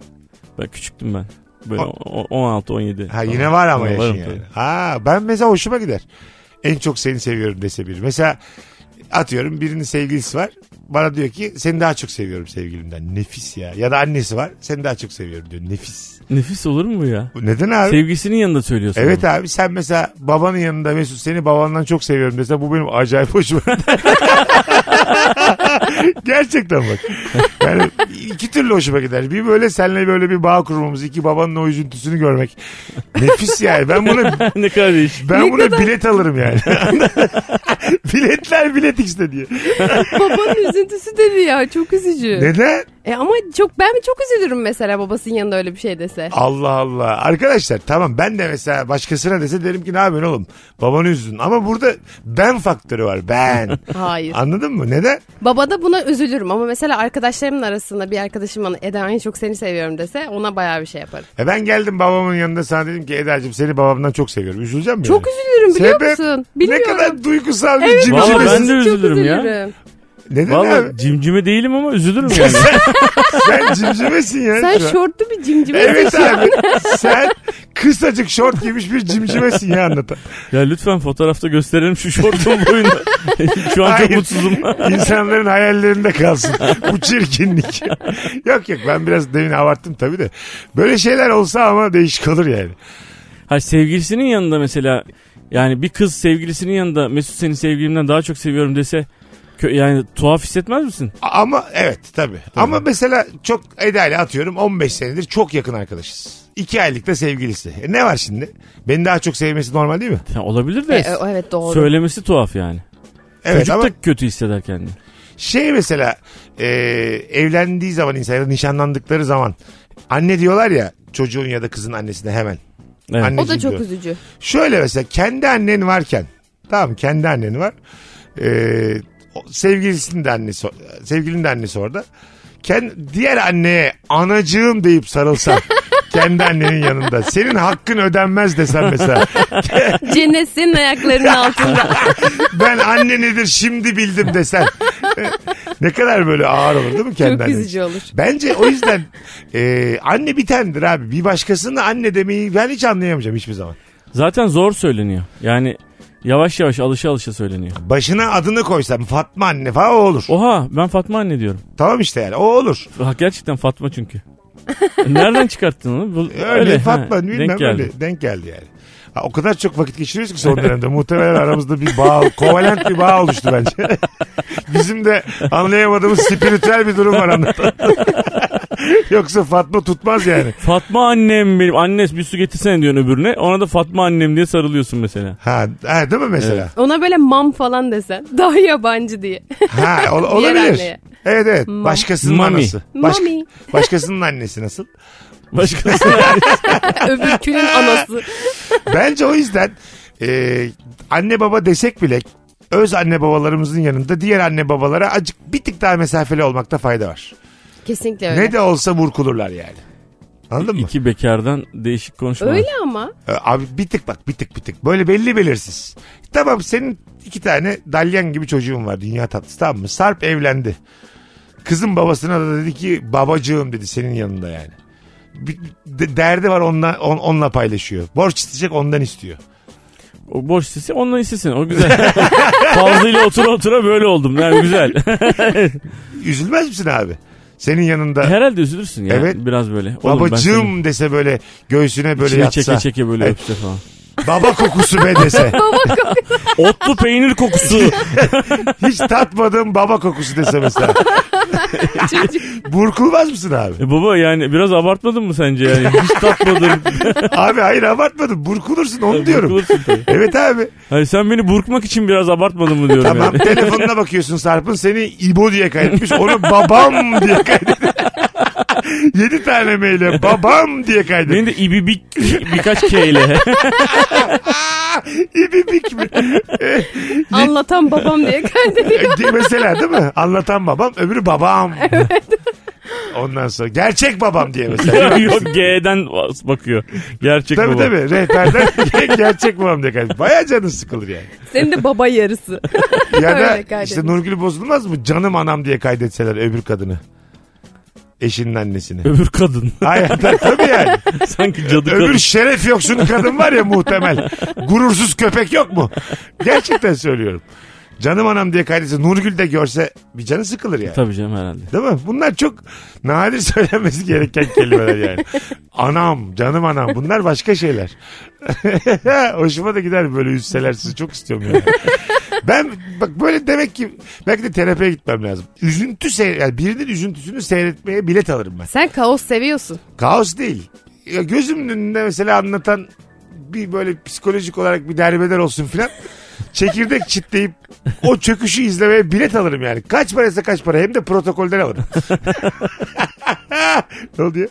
[SPEAKER 5] Ben küçüktüm ben. Böyle
[SPEAKER 3] O-
[SPEAKER 5] o- 16 17.
[SPEAKER 3] Ha yine var ama
[SPEAKER 5] Varım
[SPEAKER 3] yaşın
[SPEAKER 5] tabii.
[SPEAKER 3] yani. Ha ben mesela hoşuma gider. En çok seni seviyorum dese bir. Mesela atıyorum birinin sevgilisi var. Bana diyor ki seni daha çok seviyorum sevgilimden. Nefis ya. Ya da annesi var. Seni daha çok seviyorum diyor. Nefis.
[SPEAKER 5] Nefis olur mu bu ya?
[SPEAKER 3] Bu Neden abi?
[SPEAKER 5] Sevgisinin yanında söylüyorsun.
[SPEAKER 3] Evet
[SPEAKER 5] bunu.
[SPEAKER 3] abi sen mesela babanın yanında Mesut seni babandan çok seviyorum dese bu benim acayip hoşuma. Gerçekten bak. Yani iki türlü hoşuma gider. Bir böyle seninle böyle bir bağ kurmamız, iki babanın o üzüntüsünü görmek. Nefis yani. Ben buna
[SPEAKER 5] ne kadar değişik.
[SPEAKER 3] ben buna bilet alırım yani. Biletler bilet işte diye.
[SPEAKER 4] Babanın üzüntüsü dedi ya çok üzücü.
[SPEAKER 3] Neden?
[SPEAKER 4] E ama çok ben çok üzülürüm mesela babasının yanında öyle bir şey dese.
[SPEAKER 3] Allah Allah. Arkadaşlar tamam ben de mesela başkasına dese derim ki ne yapıyorsun oğlum? Babanı üzdün. Ama burada ben faktörü var. Ben.
[SPEAKER 4] Hayır.
[SPEAKER 3] Anladın mı? Neden?
[SPEAKER 4] Babada buna üzülürüm ama mesela arkadaşlarımın arasında bir arkadaşım bana Eda en çok seni seviyorum dese ona bayağı bir şey yaparım.
[SPEAKER 3] E ben geldim babamın yanında sana dedim ki Eda'cığım seni babamdan çok seviyorum. Üzüleceğim mi?
[SPEAKER 4] Çok üzülürüm biliyor musun? Bilmiyorum.
[SPEAKER 3] Ne kadar duygusal bir
[SPEAKER 4] Evet,
[SPEAKER 3] cimcime.
[SPEAKER 5] Vallahi ben de
[SPEAKER 4] çok
[SPEAKER 5] üzülürüm ya.
[SPEAKER 3] Neden abi?
[SPEAKER 5] Vallahi cimcime değilim ama üzülürüm yani.
[SPEAKER 3] Sen cimcimesin ya.
[SPEAKER 4] Sen
[SPEAKER 3] şu an.
[SPEAKER 4] şortlu bir cimcime.
[SPEAKER 3] Evet abi. Sen kısacık şort giymiş bir cimcimesin ya anlatan.
[SPEAKER 5] ya lütfen fotoğrafta gösterelim şu şortun boyunu. Şu an çok
[SPEAKER 3] Hayır.
[SPEAKER 5] mutsuzum.
[SPEAKER 3] İnsanların hayallerinde kalsın. Bu çirkinlik. yok yok ben biraz demin abarttım tabii de. Böyle şeyler olsa ama değişik olur yani.
[SPEAKER 5] ha sevgilisinin yanında mesela yani bir kız sevgilisinin yanında Mesut seni sevgilimden daha çok seviyorum dese kö- yani tuhaf hissetmez misin?
[SPEAKER 3] Ama evet tabii. Ama mesela çok Eda ile atıyorum 15 senedir çok yakın arkadaşız. 2 aylık da sevgilisi. E ne var şimdi? Beni daha çok sevmesi normal değil mi?
[SPEAKER 5] Ya olabilir de.
[SPEAKER 4] E, e, evet doğru.
[SPEAKER 5] Söylemesi tuhaf yani.
[SPEAKER 3] Evet
[SPEAKER 5] Çocuk
[SPEAKER 3] ama
[SPEAKER 5] da kötü hisseder kendini.
[SPEAKER 3] şey mesela e, evlendiği zaman insan ya da nişanlandıkları zaman anne diyorlar ya çocuğun ya da kızın annesine hemen.
[SPEAKER 5] Evet.
[SPEAKER 3] Anne-
[SPEAKER 4] O da çok
[SPEAKER 3] Üzücü.
[SPEAKER 4] üzücü.
[SPEAKER 3] Şöyle mesela kendi annen varken tamam kendi annen var. Ee, o- sevgilisinin de annesi sevgilinin de annesi orada. Kend, diğer anneye anacığım deyip sarılsan kendi annenin yanında. Senin hakkın ödenmez desen mesela.
[SPEAKER 4] Cennet senin ayaklarının altında.
[SPEAKER 3] Ben anne nedir şimdi bildim desen. ne kadar böyle ağır olur değil mi kendi
[SPEAKER 4] çok
[SPEAKER 3] annen için?
[SPEAKER 4] üzücü olur.
[SPEAKER 3] Bence o yüzden e, anne bir tanedir abi. Bir başkasını anne demeyi ben hiç anlayamayacağım hiçbir zaman.
[SPEAKER 5] Zaten zor söyleniyor. Yani yavaş yavaş alışa alışa söyleniyor.
[SPEAKER 3] Başına adını koysam Fatma anne falan o olur.
[SPEAKER 5] Oha ben Fatma anne diyorum.
[SPEAKER 3] Tamam işte yani o olur.
[SPEAKER 5] Ha, gerçekten Fatma çünkü. Nereden çıkarttın onu? Bu-
[SPEAKER 3] Öyle, Fatma
[SPEAKER 5] ha,
[SPEAKER 3] bilmem
[SPEAKER 5] denk geldi.
[SPEAKER 3] öyle denk geldi yani. Ha, o kadar çok vakit geçiriyoruz ki son dönemde. Muhtemelen aramızda bir bağ, kovalent bir bağ oluştu bence. Bizim de anlayamadığımız spiritüel bir durum var anlatan. Yoksa Fatma tutmaz yani.
[SPEAKER 5] Fatma annem benim. Annes bir su getirsene diyorsun öbürüne. Ona da Fatma annem diye sarılıyorsun mesela.
[SPEAKER 3] Ha, ha değil mi mesela?
[SPEAKER 4] Ona böyle mam falan desen daha yabancı diye.
[SPEAKER 3] Ha ol-
[SPEAKER 4] Diğer
[SPEAKER 3] olabilir.
[SPEAKER 4] anneye.
[SPEAKER 3] Evet evet. Başkasının
[SPEAKER 5] Mami.
[SPEAKER 3] anası. Baş-
[SPEAKER 4] Mami.
[SPEAKER 3] başkasının annesi nasıl?
[SPEAKER 5] Başkası.
[SPEAKER 4] Öbürkünün anası.
[SPEAKER 3] Bence o yüzden e, anne baba desek bile öz anne babalarımızın yanında diğer anne babalara acık bir tık daha mesafeli olmakta fayda var.
[SPEAKER 4] Kesinlikle öyle.
[SPEAKER 3] Ne de olsa burkulurlar yani. Anladın mı?
[SPEAKER 5] İki bekardan değişik konuşmalar.
[SPEAKER 4] Öyle ama.
[SPEAKER 3] E, Abi bir tık bak bir tık bir tık. Böyle belli belirsiz. Tamam senin iki tane dalyan gibi çocuğun var dünya tatlısı tamam mı? Sarp evlendi. Kızın babasına da dedi ki babacığım dedi senin yanında yani. Bir, bir- de- derdi var onunla, on- onunla paylaşıyor. Borç isteyecek ondan istiyor.
[SPEAKER 5] O boş sesi onunla istesin. O güzel. Fazlıyla otura otura böyle oldum. Yani güzel.
[SPEAKER 3] Üzülmez misin abi? Senin yanında
[SPEAKER 5] Herhalde üzülürsün ya.
[SPEAKER 3] Evet.
[SPEAKER 5] Biraz böyle. Oğlum ben seni
[SPEAKER 3] babacığım dese böyle göğsüne böyle
[SPEAKER 5] içine
[SPEAKER 3] yatsa.
[SPEAKER 5] çeke çeke böyle
[SPEAKER 3] Evet.
[SPEAKER 5] öpse falan.
[SPEAKER 3] Baba kokusu be dese.
[SPEAKER 5] Otlu peynir kokusu.
[SPEAKER 3] Hiç tatmadığım baba kokusu dese mesela. Burkulmaz mısın abi?
[SPEAKER 5] E baba yani biraz abartmadın mı sence yani? Hiç tatmadın.
[SPEAKER 3] Abi hayır abartmadım. Burkulursun onu diyorum.
[SPEAKER 5] Burkulursun tabii.
[SPEAKER 3] Evet abi.
[SPEAKER 5] Hayır, sen beni burkmak için biraz abartmadın mı diyorum
[SPEAKER 3] Tamam
[SPEAKER 5] yani.
[SPEAKER 3] telefonuna bakıyorsun Sarp'ın seni İbo diye kaydetmiş. Onu babam diye kaydetmiş. Yedi tane maile babam diye kaydetmiş.
[SPEAKER 5] Benim de ibibik birkaç K ile.
[SPEAKER 3] İbibik mi?
[SPEAKER 4] Anlatan babam diye kaydediyor.
[SPEAKER 3] E, mesela değil mi? Anlatan babam öbürü babam. Ondan sonra gerçek babam diye mesela.
[SPEAKER 5] Yok G'den bakıyor. Gerçek
[SPEAKER 3] tabii
[SPEAKER 5] baba.
[SPEAKER 3] tabii rehberden gerçek babam diye kaydetmiş. Baya canın sıkılır yani.
[SPEAKER 4] Senin de baba yarısı.
[SPEAKER 3] Ya
[SPEAKER 4] Öyle
[SPEAKER 3] da
[SPEAKER 4] kaydetmiş.
[SPEAKER 3] işte Nurgül bozulmaz mı? Canım anam diye kaydetseler öbür kadını. Eşinin annesini.
[SPEAKER 5] Öbür kadın.
[SPEAKER 3] Hayır tabii- tabii yani.
[SPEAKER 5] Sanki cadı
[SPEAKER 3] Öbür
[SPEAKER 5] kadın.
[SPEAKER 3] şeref yoksunu kadın var ya muhtemel. Gurursuz köpek yok mu? Gerçekten söylüyorum. Canım anam diye kaydetse Nurgül de görse bir canı sıkılır yani.
[SPEAKER 5] Tabii canım herhalde.
[SPEAKER 3] Değil mi? Bunlar çok nadir söylenmesi gereken kelimeler yani. Anam, canım anam bunlar başka şeyler. Hoşuma da gider böyle üzseler sizi çok istiyorum yani. Ben bak böyle demek ki belki de terapiye gitmem lazım. Üzüntü seyre, yani birinin üzüntüsünü seyretmeye bilet alırım ben.
[SPEAKER 4] Sen kaos seviyorsun.
[SPEAKER 3] Kaos değil. Ya gözümün önünde mesela anlatan bir böyle psikolojik olarak bir derbeder olsun filan. Çekirdek çitleyip o çöküşü izlemeye bilet alırım yani. Kaç paraysa kaç para hem de protokolden alırım. ne oluyor?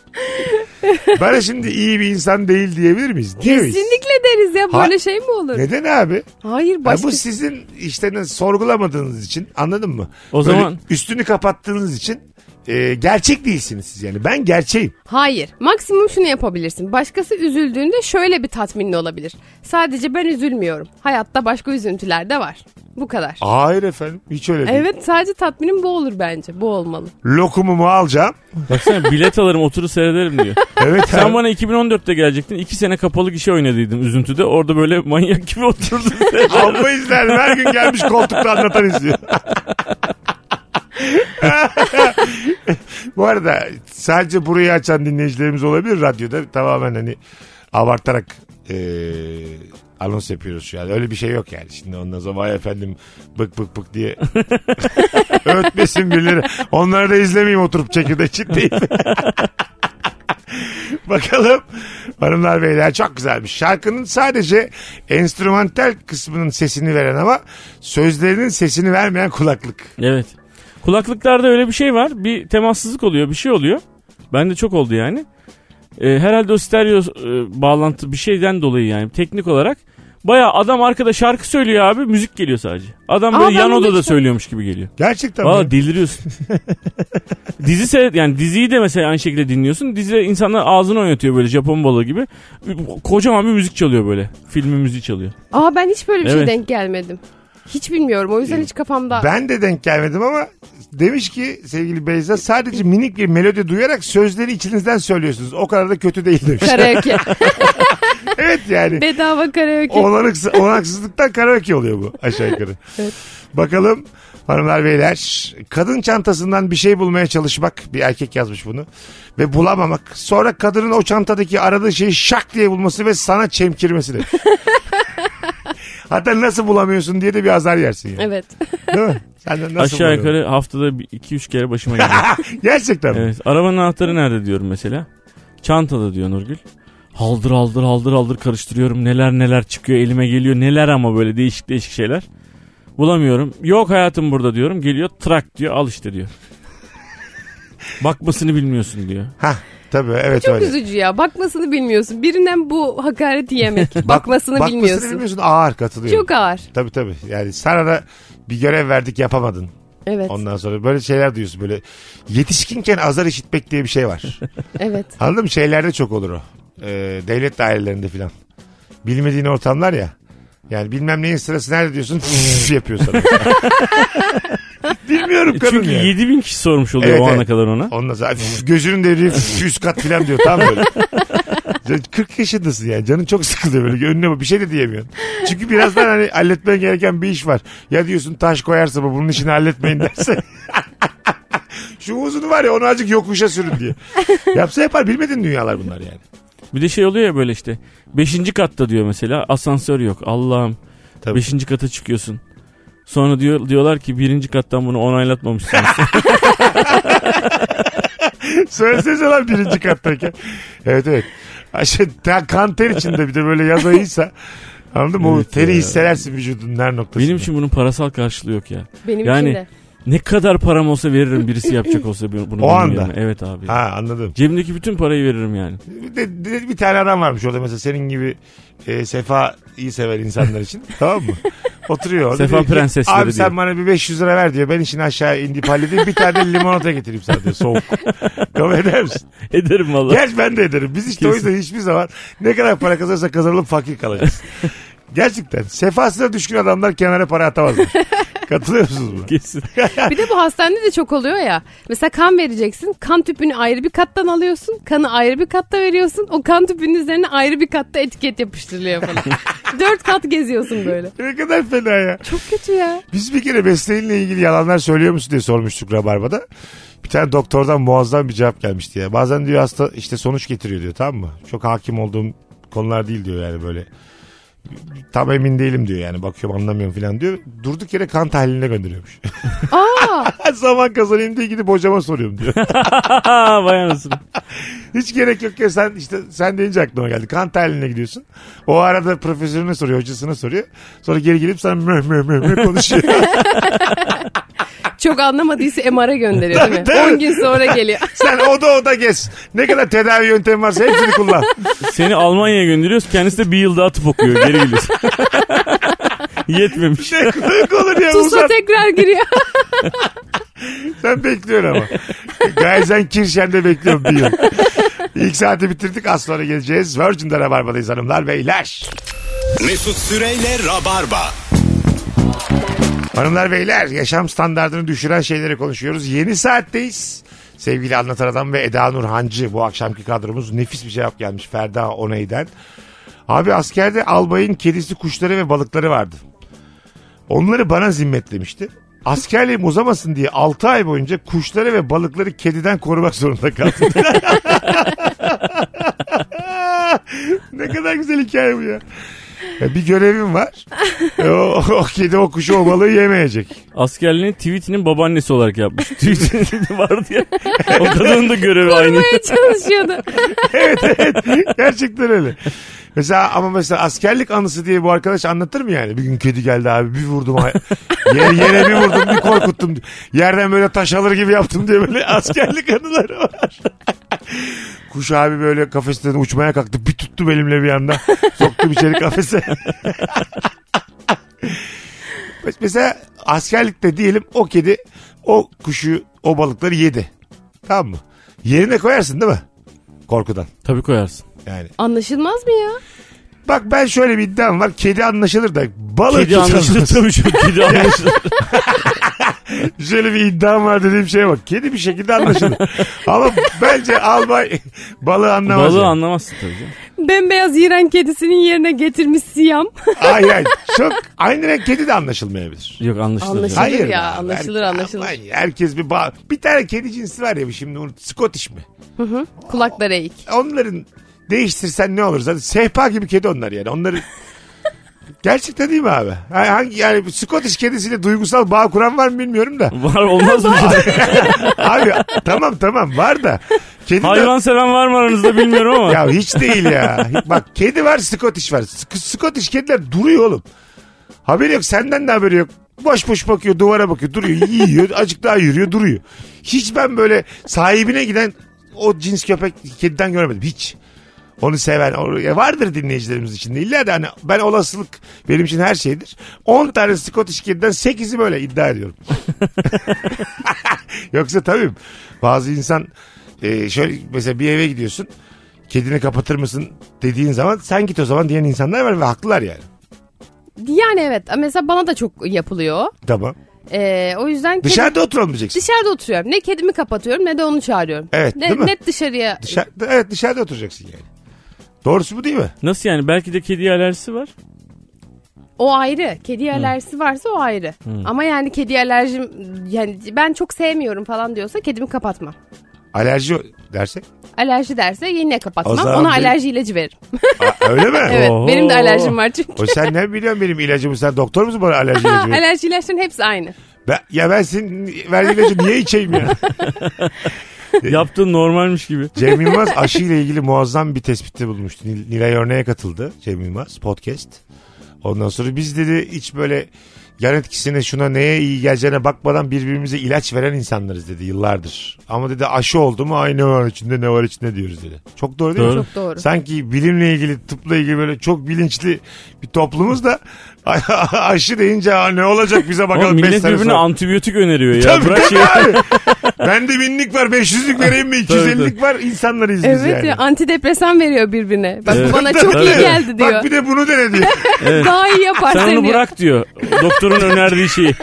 [SPEAKER 3] Bana şimdi iyi bir insan değil diyebilir miyiz? Diyemeyiz.
[SPEAKER 4] Kesinlikle deriz ya
[SPEAKER 3] Ha-
[SPEAKER 4] böyle şey mi olur?
[SPEAKER 3] Neden abi?
[SPEAKER 4] Hayır
[SPEAKER 3] Ya
[SPEAKER 4] başka.
[SPEAKER 3] bu sizin işte ne- sorgulamadığınız için anladın mı?
[SPEAKER 5] O
[SPEAKER 3] Böyle
[SPEAKER 5] zaman-
[SPEAKER 3] üstünü kapattığınız için e, gerçek değilsiniz siz yani. Ben gerçeğim.
[SPEAKER 4] Hayır. Maksimum şunu yapabilirsin. Başkası üzüldüğünde şöyle bir tatminli olabilir. Sadece ben üzülmüyorum. Hayatta başka üzüntüler de var. Bu kadar.
[SPEAKER 3] Hayır efendim hiç öyle değil.
[SPEAKER 4] Evet sadece tatminim bu olur bence. Bu olmalı.
[SPEAKER 3] lokumumu alacağım.
[SPEAKER 5] Baksana bilet alırım oturur seyrederim diyor.
[SPEAKER 3] Evet
[SPEAKER 5] Sen
[SPEAKER 3] abi.
[SPEAKER 5] bana 2014'te gelecektin. 2 sene kapalı gişe oynadıydın üzüntüde. Orada böyle manyak gibi oturdun.
[SPEAKER 3] Abla izler her gün gelmiş koltukta anlatan izliyor. Bu arada sadece burayı açan dinleyicilerimiz olabilir radyoda tamamen hani abartarak eee anons yapıyoruz yani öyle bir şey yok yani şimdi ondan sonra vay efendim bık bık bık diye ötmesin birileri onları da izlemeyeyim oturup çekirdek çitleyip Bakalım hanımlar beyler çok güzelmiş. Şarkının sadece enstrümantal kısmının sesini veren ama sözlerinin sesini vermeyen kulaklık.
[SPEAKER 5] evet. Kulaklıklarda öyle bir şey var. Bir temassızlık oluyor bir şey oluyor. Bende çok oldu yani. Ee, herhalde o stereo e, bağlantı bir şeyden dolayı yani teknik olarak. Baya adam arkada şarkı söylüyor abi müzik geliyor sadece. Adam
[SPEAKER 4] Aa,
[SPEAKER 5] böyle
[SPEAKER 4] ben
[SPEAKER 5] yan
[SPEAKER 4] bunu
[SPEAKER 5] odada
[SPEAKER 4] hiç-
[SPEAKER 5] söylüyormuş gibi geliyor.
[SPEAKER 3] Gerçekten mi?
[SPEAKER 5] Valla deliriyorsun. Dizi seyret yani diziyi de mesela aynı şekilde dinliyorsun. Dizi insanlar ağzını oynatıyor böyle Japon balığı gibi. Kocaman bir müzik çalıyor böyle. Filmin müziği çalıyor.
[SPEAKER 4] Aa ben hiç böyle bir şey
[SPEAKER 5] Evet.
[SPEAKER 4] denk gelmedim. Hiç bilmiyorum. O yüzden hiç kafamda...
[SPEAKER 3] Ben de denk gelmedim ama demiş ki sevgili Beyza sadece minik bir melodi duyarak sözleri içinizden söylüyorsunuz. O kadar da kötü değil demiş.
[SPEAKER 4] Karaoke.
[SPEAKER 3] evet yani.
[SPEAKER 4] Bedava karaoke.
[SPEAKER 3] Olanaks- olanaksızlıktan karaoke oluyor bu aşağı yukarı. Bakalım hanımlar beyler kadın çantasından bir şey bulmaya çalışmak bir erkek yazmış bunu ve bulamamak sonra kadının o çantadaki aradığı şeyi şak diye bulması ve sana çemkirmesi de. Hatta nasıl bulamıyorsun diye de bir azar yersin yani.
[SPEAKER 4] Evet.
[SPEAKER 3] Değil mi? Sen de nasıl
[SPEAKER 5] Aşağı
[SPEAKER 3] bulamıyorsun?
[SPEAKER 5] yukarı haftada 2-3 kere başıma geliyor.
[SPEAKER 3] Gerçekten mi?
[SPEAKER 5] evet. Arabanın anahtarı nerede diyorum mesela. Çantada diyor Nurgül. Haldır haldır haldır haldır karıştırıyorum. Neler neler çıkıyor elime geliyor. Neler ama böyle değişik değişik şeyler. Bulamıyorum. Yok hayatım burada diyorum. Geliyor trak diyor. Al işte diyor. Bakmasını bilmiyorsun diyor.
[SPEAKER 3] Hah, tabii evet
[SPEAKER 4] Çok
[SPEAKER 3] öyle.
[SPEAKER 4] üzücü ya. Bakmasını bilmiyorsun. Birinden bu hakareti yemek.
[SPEAKER 3] Bak-
[SPEAKER 4] bakmasını, bilmiyorsun.
[SPEAKER 3] bilmiyorsun ağır katılıyorum.
[SPEAKER 4] Çok ağır.
[SPEAKER 3] Tabii tabii. Yani sana da bir görev verdik yapamadın.
[SPEAKER 4] Evet.
[SPEAKER 3] Ondan sonra böyle şeyler duyuyorsun böyle yetişkinken azar işitmek diye bir şey var.
[SPEAKER 4] Evet.
[SPEAKER 3] Anladın mı? Şeylerde çok olur o. Ee, devlet dairelerinde filan. Bilmediğin ortamlar ya. Yani bilmem neyin sırası nerede diyorsun "Fıf" yapıyor sana. Bilmiyorum kadın
[SPEAKER 5] E Çünkü
[SPEAKER 3] yani.
[SPEAKER 5] 7000 kişi sormuş oluyor
[SPEAKER 3] Evet,
[SPEAKER 5] o ana
[SPEAKER 3] evet.
[SPEAKER 5] kadar ona.
[SPEAKER 3] Ondan sonra "Fıf", gözünün devriği "Fıf", yüz kat filan diyor. Tam böyle. 40 yaşındasın yani. Canın çok sıkılıyor böyle. Önüne bak, bir şey de diyemiyorsun. Çünkü birazdan hani halletmen gereken bir iş var. Ya diyorsun taş koyarsa bu bunun işini halletmeyin derse. Şu uzunu var ya onu azıcık yokuşa sürün diye. Yapsa yapar bilmedin dünyalar bunlar yani.
[SPEAKER 5] Bir de şey oluyor ya böyle işte. Beşinci katta diyor mesela asansör yok. Allah'ım.
[SPEAKER 3] Tabii.
[SPEAKER 5] Beşinci kata çıkıyorsun. Sonra diyor diyorlar ki birinci kattan bunu onaylatmamışsınız.
[SPEAKER 3] Söylesene lan birinci kattayken. Evet evet. Aşağı, ta- kan ter içinde bir de böyle yaz ayıysa. Anladın mı? O
[SPEAKER 5] Evet
[SPEAKER 3] teri
[SPEAKER 5] ya.
[SPEAKER 3] hissedersin vücudunun her noktasında.
[SPEAKER 5] Benim için bunun parasal karşılığı yok ya.
[SPEAKER 4] Benim
[SPEAKER 5] Yani-
[SPEAKER 4] için de.
[SPEAKER 5] Ne kadar param olsa veririm birisi yapacak olsa bunu. bunun
[SPEAKER 3] anda.
[SPEAKER 5] yerine. Evet abi.
[SPEAKER 3] Ha anladım.
[SPEAKER 5] Cebimdeki bütün parayı veririm yani.
[SPEAKER 3] Bir, de, de- bir tane adam varmış orada mesela senin gibi e, Sefa iyi sever insanlar için. tamam mı? Oturuyor orada.
[SPEAKER 5] Sefa
[SPEAKER 3] diyor ki,
[SPEAKER 5] prensesleri
[SPEAKER 3] Abi sen
[SPEAKER 5] diyor."
[SPEAKER 3] bana bir 500 lira ver diyor. Ben işini aşağı inip halledeyim. Bir tane de limonata getireyim sana diyor. Soğuk. Kabul eder misin?
[SPEAKER 5] Ederim valla.
[SPEAKER 3] Gerçi ben de ederim. Biz işte o
[SPEAKER 5] Kesin.
[SPEAKER 3] yüzden hiçbir zaman ne kadar para kazanırsak kazanalım fakir kalacağız. Gerçekten. Sefasına düşkün adamlar kenara para atamazlar. Katılıyor musunuz buna?
[SPEAKER 5] Kesin.
[SPEAKER 4] Bir de bu hastanede de çok oluyor ya. Mesela kan vereceksin. Kan tüpünü ayrı bir kattan alıyorsun. Kanı ayrı bir katta veriyorsun. O kan tüpünün üzerine ayrı bir katta etiket yapıştırılıyor falan. Dört kat geziyorsun böyle.
[SPEAKER 3] Ne kadar fena ya.
[SPEAKER 4] Çok kötü ya.
[SPEAKER 3] Biz bir kere mesleğinle ilgili yalanlar söylüyor musun diye sormuştuk Rabarba'da. Bir tane doktordan muazzam bir cevap gelmişti ya. Bazen diyor hasta işte sonuç getiriyor diyor tamam mı? Çok hakim olduğum konular değil diyor yani böyle. Tam emin değilim diyor yani bakıyorum anlamıyorum falan diyor. Durduk yere kan tahliline gönderiyormuş.
[SPEAKER 4] Aa,
[SPEAKER 3] Zaman kazanayım diye gidip hocama soruyorum diyor.
[SPEAKER 5] Aa, Vay anasını.
[SPEAKER 3] Hiç gerek yok ya sen işte sen deyince aklıma geldi. Kan tahliline gidiyorsun. O arada profesörüne soruyor, hocasına soruyor. Sonra geri gelip sen möh möh möh möh konuşuyor.
[SPEAKER 4] çok anlamadıysa MR'a gönderiyor değil mi?
[SPEAKER 3] Tabii, tabii.
[SPEAKER 4] 10 gün sonra geliyor.
[SPEAKER 3] sen oda oda gez. Ne kadar tedavi yöntemi varsa hepsini kullan.
[SPEAKER 5] Seni Almanya'ya gönderiyoruz. Kendisi de bir yılda atıp okuyor. Geri geliyor. Yetmemiş.
[SPEAKER 3] Ne kılık olur ya
[SPEAKER 4] Tusa
[SPEAKER 3] Şey, uzat.
[SPEAKER 4] tekrar giriyor.
[SPEAKER 3] Sen bekliyorsun ama. Gayzen Kirşen'de bekliyorum bir yıl. İlk saati bitirdik az sonra geleceğiz. Virgin'de Rabarba'dayız hanımlar beyler.
[SPEAKER 2] Mesut Süreyle Rabarba.
[SPEAKER 3] Hanımlar beyler yaşam standartını düşüren şeyleri konuşuyoruz. Yeni saatteyiz. Sevgili Anlatan Adam ve Eda Nur Hancı bu akşamki kadromuz nefis bir cevap gelmiş Ferda Onay'den. Abi askerde albayın kedisi kuşları ve balıkları vardı. Onları bana zimmetlemişti. Askerliğim uzamasın diye 6 ay boyunca kuşları ve balıkları kediden korumak zorunda kaldım. ne kadar güzel hikaye bu ya. Ya Bir görevim var. E, o, o kedi o kuşu o balığı yemeyecek.
[SPEAKER 5] Askerliğini tweetinin babaannesi olarak yapmış. Tweetinin vardı ya. O kadının da görevi aynı.
[SPEAKER 4] Korumaya çalışıyordu.
[SPEAKER 3] evet evet gerçekten öyle. Mesela ama mesela askerlik anısı diye bu arkadaş anlatır mı yani? Bir gün kedi geldi abi bir vurdum ay- yere, yere bir vurdum bir korkuttum. Yerden böyle taş alır gibi yaptım diye böyle askerlik anıları var. Kuş abi böyle kafesten uçmaya kalktı. Bir tuttu benimle bir anda. Soktum içeri kafese. Mesela askerlikte diyelim o kedi o kuşu o balıkları yedi. Tamam mı? Yerine koyarsın değil mi? Korkudan.
[SPEAKER 5] Tabii koyarsın.
[SPEAKER 3] Yani.
[SPEAKER 4] Anlaşılmaz mı ya?
[SPEAKER 3] Bak ben şöyle bir iddiam var. Kedi anlaşılır da balık
[SPEAKER 5] Kedi anlaşılır tabii çok kedi anlaşılır.
[SPEAKER 3] Şöyle bir iddiam var dediğim şeye bak. Kedi bir şekilde anlaşılır. Ama bence albay balığı anlamaz.
[SPEAKER 5] Balığı
[SPEAKER 3] yani.
[SPEAKER 5] anlamazsın tabii canım.
[SPEAKER 4] Bembeyaz yiren kedisinin yerine getirmiş siyam.
[SPEAKER 3] Hayır hayır. Çok, aynı renk kedi de anlaşılmayabilir.
[SPEAKER 5] Yok anlaşılır.
[SPEAKER 4] Anlaşılır.
[SPEAKER 5] canım.
[SPEAKER 3] Hayır
[SPEAKER 4] ya,
[SPEAKER 3] be abi.
[SPEAKER 4] anlaşılır, anlaşılır.
[SPEAKER 3] Aman ya, herkes bir bağ... Bir tane kedi cinsi var ya bu şimdi unut. Scottish mi?
[SPEAKER 4] Kulakları eğik.
[SPEAKER 3] Onların değiştirsen ne olur? Zaten sehpa gibi kedi onlar yani. Onları... Gerçekten değil mi abi? Ha- Hangi yani Scottish kedisiyle duygusal bağ kuran var mı bilmiyorum da.
[SPEAKER 5] Var olmaz mı?
[SPEAKER 3] Abi tamam tamam var da. Kedi de-
[SPEAKER 5] Hayvan seven var mı aranızda bilmiyorum ama.
[SPEAKER 3] Ya hiç değil ya. Bak kedi var Scottish var. Sc- Scottish kediler duruyor oğlum. Haberi yok senden de haberi yok. Boş boş bakıyor duvara bakıyor duruyor yiyor acık daha yürüyor duruyor. Hiç ben böyle sahibine giden o cins köpek kediden görmedim hiç. Onu seven o- ya vardır dinleyicilerimiz için. de. İlla da hani ben olasılık benim için her şeydir. 10 tane Scottish kediden 8'i böyle iddia ediyorum. Yoksa tabii bazı insan e, şöyle mesela bir eve gidiyorsun. Kedini kapatır mısın dediğin zaman sen git o zaman diyen insanlar var ve haklılar yani.
[SPEAKER 4] Yani evet mesela bana da çok yapılıyor.
[SPEAKER 3] Tamam.
[SPEAKER 4] Ee, o yüzden kedi-
[SPEAKER 3] Dışarıda oturamayacaksın.
[SPEAKER 4] dışarıda oturuyorum. Ne kedimi kapatıyorum ne de onu çağırıyorum.
[SPEAKER 3] Evet,
[SPEAKER 4] Ne-
[SPEAKER 3] değil mi?
[SPEAKER 4] Net dışarıya
[SPEAKER 3] Dışarıda, evet dışarıda oturacaksın yani. Doğrusu bu değil mi?
[SPEAKER 5] Nasıl yani? Belki de kedi alerjisi var.
[SPEAKER 4] O ayrı. Kedi alerjisi varsa o ayrı. Ama yani kedi alerjim yani ben çok sevmiyorum falan diyorsa kedimi kapatmam.
[SPEAKER 3] Alerji dersek.
[SPEAKER 4] Alerji derse yine kapatmam.
[SPEAKER 3] O zaman
[SPEAKER 4] Ona
[SPEAKER 3] bir-
[SPEAKER 4] alerji ilacı veririm.
[SPEAKER 3] Aa, öyle mi?
[SPEAKER 4] Evet.
[SPEAKER 5] Oho.
[SPEAKER 4] Benim de alerjim var çünkü.
[SPEAKER 3] O sen ne biliyorsun benim ilacımı? Sen doktor musun bana alerji ilacı? veriyorsun?
[SPEAKER 4] alerji ilaçların hepsi aynı.
[SPEAKER 3] ben, ya ben senin verdiğin ilacı niye içeyim ya?
[SPEAKER 5] Yaptığın normalmiş gibi.
[SPEAKER 3] Cem Yılmaz aşı ile ilgili muazzam bir tespitte bulmuştu. Nil- Nilay Örneğe katıldı Cem Yılmaz podcast. Ondan sonra biz dedi hiç böyle yan etkisine şuna neye iyi geleceğine bakmadan birbirimize ilaç veren insanlarız dedi yıllardır. Ama dedi aşı oldu mu aynı var içinde ne var içinde diyoruz dedi. Çok doğru değil mi?
[SPEAKER 5] Doğru.
[SPEAKER 4] Çok doğru.
[SPEAKER 3] Sanki bilimle ilgili tıpla ilgili böyle çok bilinçli bir toplumuz da aşı deyince "Aa, ne olacak bize
[SPEAKER 5] Oğlum
[SPEAKER 3] bakalım 5
[SPEAKER 5] millet
[SPEAKER 3] sene
[SPEAKER 5] birbirine
[SPEAKER 3] sonra.
[SPEAKER 5] antibiyotik öneriyor ya.
[SPEAKER 3] Tabii,
[SPEAKER 5] Bırak
[SPEAKER 3] tabii
[SPEAKER 5] şey.
[SPEAKER 3] abi. Bende binlik var, 500'lük vereyim mi, 250'lik var. insanları izliyoruz
[SPEAKER 4] Evet
[SPEAKER 3] yani.
[SPEAKER 4] ya antidepresan veriyor birbirine. Bak
[SPEAKER 5] Evet.
[SPEAKER 4] bu bana çok iyi
[SPEAKER 5] Tabii.
[SPEAKER 4] geldi diyor.
[SPEAKER 3] Bak bir de bunu dene diyor.
[SPEAKER 4] Daha iyi yapar
[SPEAKER 5] Sen
[SPEAKER 4] seni.
[SPEAKER 5] onu bırak diyor. Doktorun önerdiği şeyi.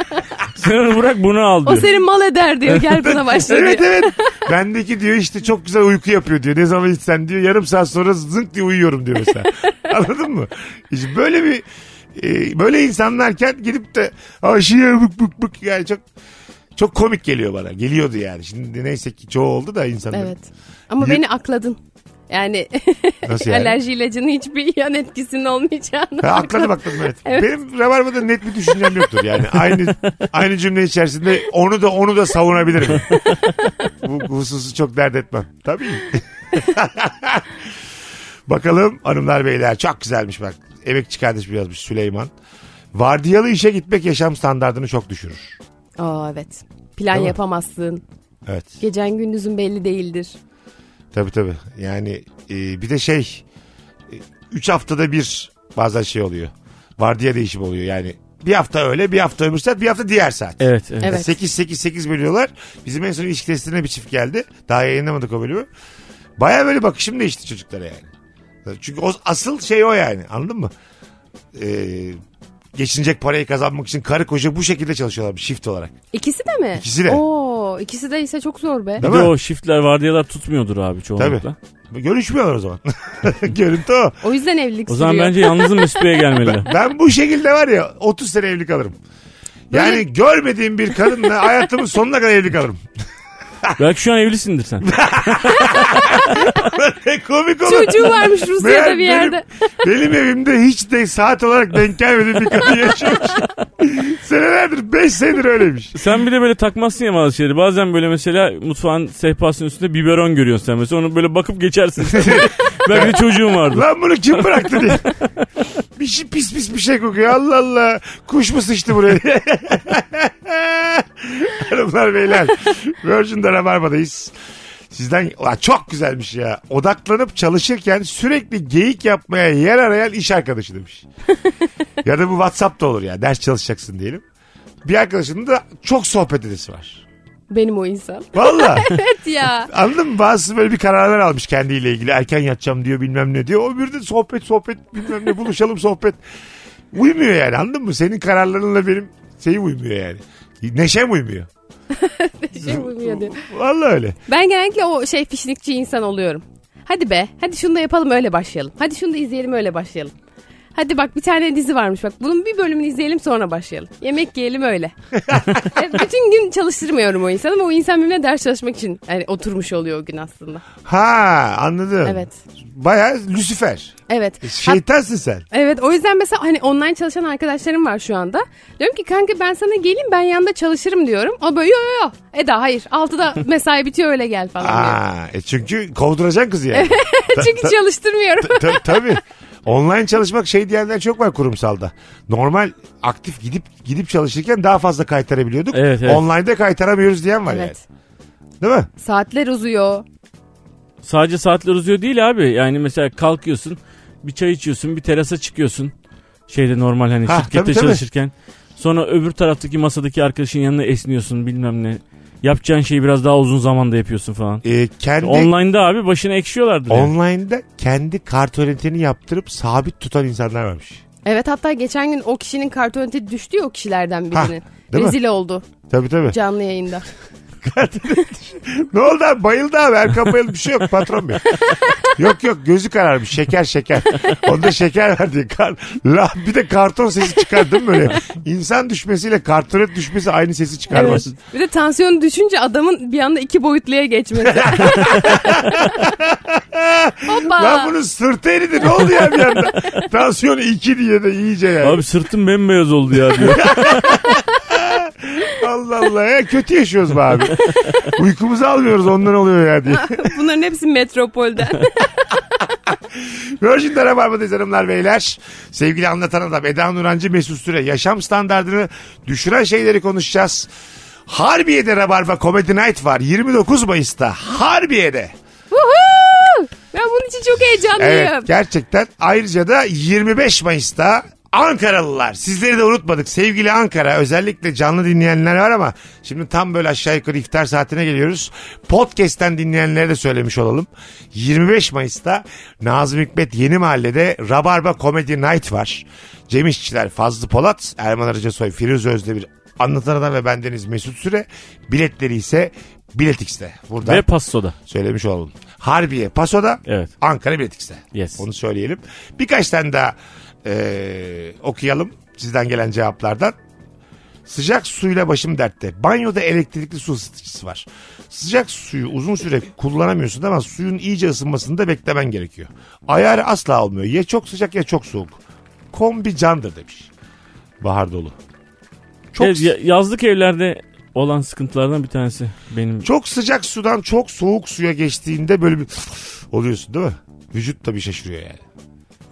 [SPEAKER 5] Sen onu bırak bunu al
[SPEAKER 4] O
[SPEAKER 5] diyor.
[SPEAKER 4] seni mal eder diyor. Gel buna başla diyor.
[SPEAKER 3] evet evet. Bendeki diyor işte çok güzel uyku yapıyor diyor. Ne zaman içsen diyor yarım saat sonra zınk diye uyuyorum diyor mesela. Anladın mı? İşte böyle bir e, böyle insanlarken gidip de aşıya bık bık bık yani çok çok komik geliyor bana. Geliyordu yani. Şimdi neyse ki çoğu oldu da insanlar.
[SPEAKER 4] Evet. Ama
[SPEAKER 3] Yü-
[SPEAKER 4] beni akladın. Yani,
[SPEAKER 3] Nasıl yani?
[SPEAKER 4] alerji ilacının hiçbir yan etkisinin olmayacağını.
[SPEAKER 3] Şey- Ha, akladım akladım evet.
[SPEAKER 4] Evet.
[SPEAKER 3] Benim Rabarba'da net bir düşüncem yoktur yani. Aynı aynı cümle içerisinde onu da onu da savunabilirim. bu, bu hususu çok dert etmem. Tabii. Bakalım hanımlar beyler çok güzelmiş bak. Emekçi kardeşim yazmış Süleyman. Vardiyalı işe gitmek yaşam standartını çok düşürür.
[SPEAKER 4] Aa evet. Plan
[SPEAKER 3] Değil mi?
[SPEAKER 4] yapamazsın.
[SPEAKER 3] Evet.
[SPEAKER 4] Gecen gündüzün belli değildir.
[SPEAKER 3] Tabii tabii. Yani e, bir de şey 3 haftada bir bazen şey oluyor. Vardiya değişimi oluyor yani. Bir hafta öyle, bir hafta öbür saat, bir hafta diğer saat.
[SPEAKER 5] Evet, evet.
[SPEAKER 4] Evet.
[SPEAKER 3] 8 8 8 bölüyorlar. Bizim en son ilişki testine bir çift geldi. Daha yayınlamadık o bölümü. Baya böyle bakışım değişti çocuklara yani. Çünkü o, asıl şey o yani. Anladın mı? Ee, geçinecek parayı kazanmak için karı koca bu şekilde çalışıyorlar bir shift olarak.
[SPEAKER 4] İkisi de mi?
[SPEAKER 3] İkisi de.
[SPEAKER 4] Oo, ikisi de ise çok zor be.
[SPEAKER 3] Değil
[SPEAKER 5] Bir
[SPEAKER 3] mi?
[SPEAKER 5] de o shiftler vardiyalar tutmuyordur abi çoğunlukla.
[SPEAKER 3] Tabii. Görüşmüyorlar o zaman. Görüntü o.
[SPEAKER 4] O yüzden evlilik
[SPEAKER 5] O zaman
[SPEAKER 4] sürüyor.
[SPEAKER 5] bence yalnızın Mesut Bey'e gelmeli.
[SPEAKER 3] Ben bu şekilde var ya 30 sene evlilik alırım. Yani görmediğim bir kadınla hayatımın sonuna kadar evlilik alırım.
[SPEAKER 5] Belki şu an evlisindir sen.
[SPEAKER 3] Ne Komik olur.
[SPEAKER 4] Çocuğu varmış
[SPEAKER 3] Meğer
[SPEAKER 4] Rusya'da bir yerde.
[SPEAKER 3] Benim, benim evimde hiç de saat olarak denk gelmediğim bir kadın yaşıyormuş. Senelerdir 5 senedir öyleymiş.
[SPEAKER 5] Sen bir de böyle takmazsın ya bazı şeyleri. Bazen böyle mesela mutfağın sehpasının üstünde biberon görüyorsun sen mesela. Onu böyle bakıp geçersin. Belki de çocuğun vardı.
[SPEAKER 3] Lan bunu kim bıraktı diye. Bir şey pis pis bir şey kokuyor. Allah Allah. Kuş mu sıçtı buraya? Hanımlar beyler. Virgin'de Rabarba'dayız. Sizden Ulan çok güzelmiş ya. Odaklanıp çalışırken sürekli geyik yapmaya yer arayan iş arkadaşı demiş. ya da bu WhatsApp'ta olur ya. Ders çalışacaksın diyelim. Bir arkadaşının da çok sohbet edesi var.
[SPEAKER 4] Benim o insan.
[SPEAKER 3] Valla.
[SPEAKER 4] Evet ya.
[SPEAKER 3] Anladın mı? Bazısı böyle bir kararlar almış kendiyle ilgili. Erken yatacağım diyor bilmem ne diyor. O bir de sohbet sohbet bilmem ne buluşalım sohbet. Uymuyor yani anladın mı? Senin kararlarınla benim şeyim uymuyor yani. Neşem uymuyor.
[SPEAKER 4] Bir şey bulmuyor diyor.
[SPEAKER 3] Valla öyle.
[SPEAKER 4] Ben genellikle o şey fişnikçi insan oluyorum. Hadi be, hadi şunu da yapalım öyle başlayalım. Hadi şunu da izleyelim öyle başlayalım. Hadi bak bir tane dizi varmış bak bunun bir bölümünü izleyelim sonra başlayalım. Yemek yiyelim öyle. E, Bütün gün çalıştırmıyorum o insanı ama o insan benimle ders çalışmak için yani oturmuş oluyor o gün aslında.
[SPEAKER 3] Ha anladım.
[SPEAKER 4] Evet.
[SPEAKER 3] Baya Lucifer.
[SPEAKER 4] Evet.
[SPEAKER 3] E,
[SPEAKER 4] Hat-
[SPEAKER 3] Şeytansın sen.
[SPEAKER 4] Evet o yüzden mesela hani online çalışan arkadaşlarım var şu anda. Diyorum ki kanka ben sana geleyim ben yanında çalışırım diyorum. O böyle yo yo yo. Eda hayır 6'da mesai bitiyor öyle gel falan diyor.
[SPEAKER 3] Aa, e çünkü kovduracaksın kızı yani.
[SPEAKER 4] Çünkü çalıştırmıyorum.
[SPEAKER 3] Ta- tabii. Online çalışmak şey diyenler çok var kurumsalda. Normal aktif gidip gidip çalışırken daha fazla kaytarabiliyorduk.
[SPEAKER 5] Evet, evet.
[SPEAKER 3] Online'da kaytaramıyoruz diyen var
[SPEAKER 4] evet.
[SPEAKER 3] yani. Değil mi?
[SPEAKER 4] Saatler uzuyor.
[SPEAKER 5] Sadece saatler uzuyor değil abi. Yani mesela kalkıyorsun, bir çay içiyorsun, bir terasa çıkıyorsun. Şeyde normal hani
[SPEAKER 3] Ha,
[SPEAKER 5] şirkette
[SPEAKER 3] tabii, tabii.
[SPEAKER 5] çalışırken. Sonra öbür taraftaki masadaki arkadaşın yanına esniyorsun bilmem ne. Yapacağın şeyi biraz daha uzun zamanda yapıyorsun falan.
[SPEAKER 3] e, kendi
[SPEAKER 5] Online'da abi başına ekşiyorlardı.
[SPEAKER 3] online'da kendi kartonetini yaptırıp sabit tutan insanlar varmış.
[SPEAKER 4] Evet hatta geçen gün o kişinin kartoneti düştü ya o kişilerden birinin.
[SPEAKER 3] değil mi?
[SPEAKER 4] Rezil oldu
[SPEAKER 3] Tabii tabii.
[SPEAKER 4] canlı yayında.
[SPEAKER 3] ne oldu abi bayıldı abi Erkan bayıldı bir şey yok patron benim. yok yok gözü kararmış şeker şeker. Onda şeker var diye. Kar... La, bir de karton sesi çıkar değil mi böyle? İnsan düşmesiyle kartonet düşmesi aynı sesi çıkarmaz.
[SPEAKER 4] Bir de tansiyon düşünce adamın bir anda iki boyutluya geçmesi. Hoppa.
[SPEAKER 3] Lan bunun sırtı eridi ne oldu ya bir anda? Tansiyonu 2 diye de iyice yani.
[SPEAKER 5] Abi sırtım bembeyaz oldu ya diyor.
[SPEAKER 3] Allah Allah ya kötü yaşıyoruz be abi. Uykumuzu almıyoruz ondan oluyor ya diye.
[SPEAKER 4] Bunların hepsi metropolden.
[SPEAKER 3] Virgin'de Rabarba'dayız hanımlar beyler. Sevgili anlatan adam Eda Nurancı Mesut Süre. Yaşam standartını düşüren şeyleri konuşacağız. Harbiye'de Rabarba Comedy Night var 29 Mayıs'ta. Harbiye'de.
[SPEAKER 4] Woohoo! ben bunun için çok heyecanlıyım.
[SPEAKER 3] Evet gerçekten. Ayrıca da 25 Mayıs'ta Ankaralılar sizleri de unutmadık sevgili Ankara özellikle canlı dinleyenler var ama şimdi tam böyle aşağı yukarı iftar saatine geliyoruz. Podcast'ten dinleyenlere de söylemiş olalım. 25 Mayıs'ta Nazım Hikmet Yeni Mahalle'de Rabarba Comedy Night var. Cem İşçiler, Fazlı Polat, Erman Arıca Soy, Firuze Özdemir, Anlatan Adam ve bendeniz Mesut Süre. Biletleri ise Bilet X'te. Buradan
[SPEAKER 5] Ve pastoda.
[SPEAKER 3] söylemiş olalım. Harbiye Paso'da
[SPEAKER 5] Evet.
[SPEAKER 3] Ankara Bilet X'te.
[SPEAKER 5] Yes.
[SPEAKER 3] Onu söyleyelim. Birkaç tane daha e, okuyalım sizden gelen cevaplardan. Sıcak suyla başım dertte. Banyoda elektrikli su ısıtıcısı var. Sıcak suyu uzun süre kullanamıyorsun ama suyun iyice ısınmasını da beklemen gerekiyor. Ayarı asla olmuyor. Ya çok sıcak ya çok soğuk. Kombi candır demiş. Bahar dolu. Çok
[SPEAKER 5] Evet, ya- yazlık evlerde olan sıkıntılardan bir tanesi benim.
[SPEAKER 3] Çok sıcak sudan çok soğuk suya geçtiğinde böyle bir oluyorsun değil mi? Vücut da bir şaşırıyor yani.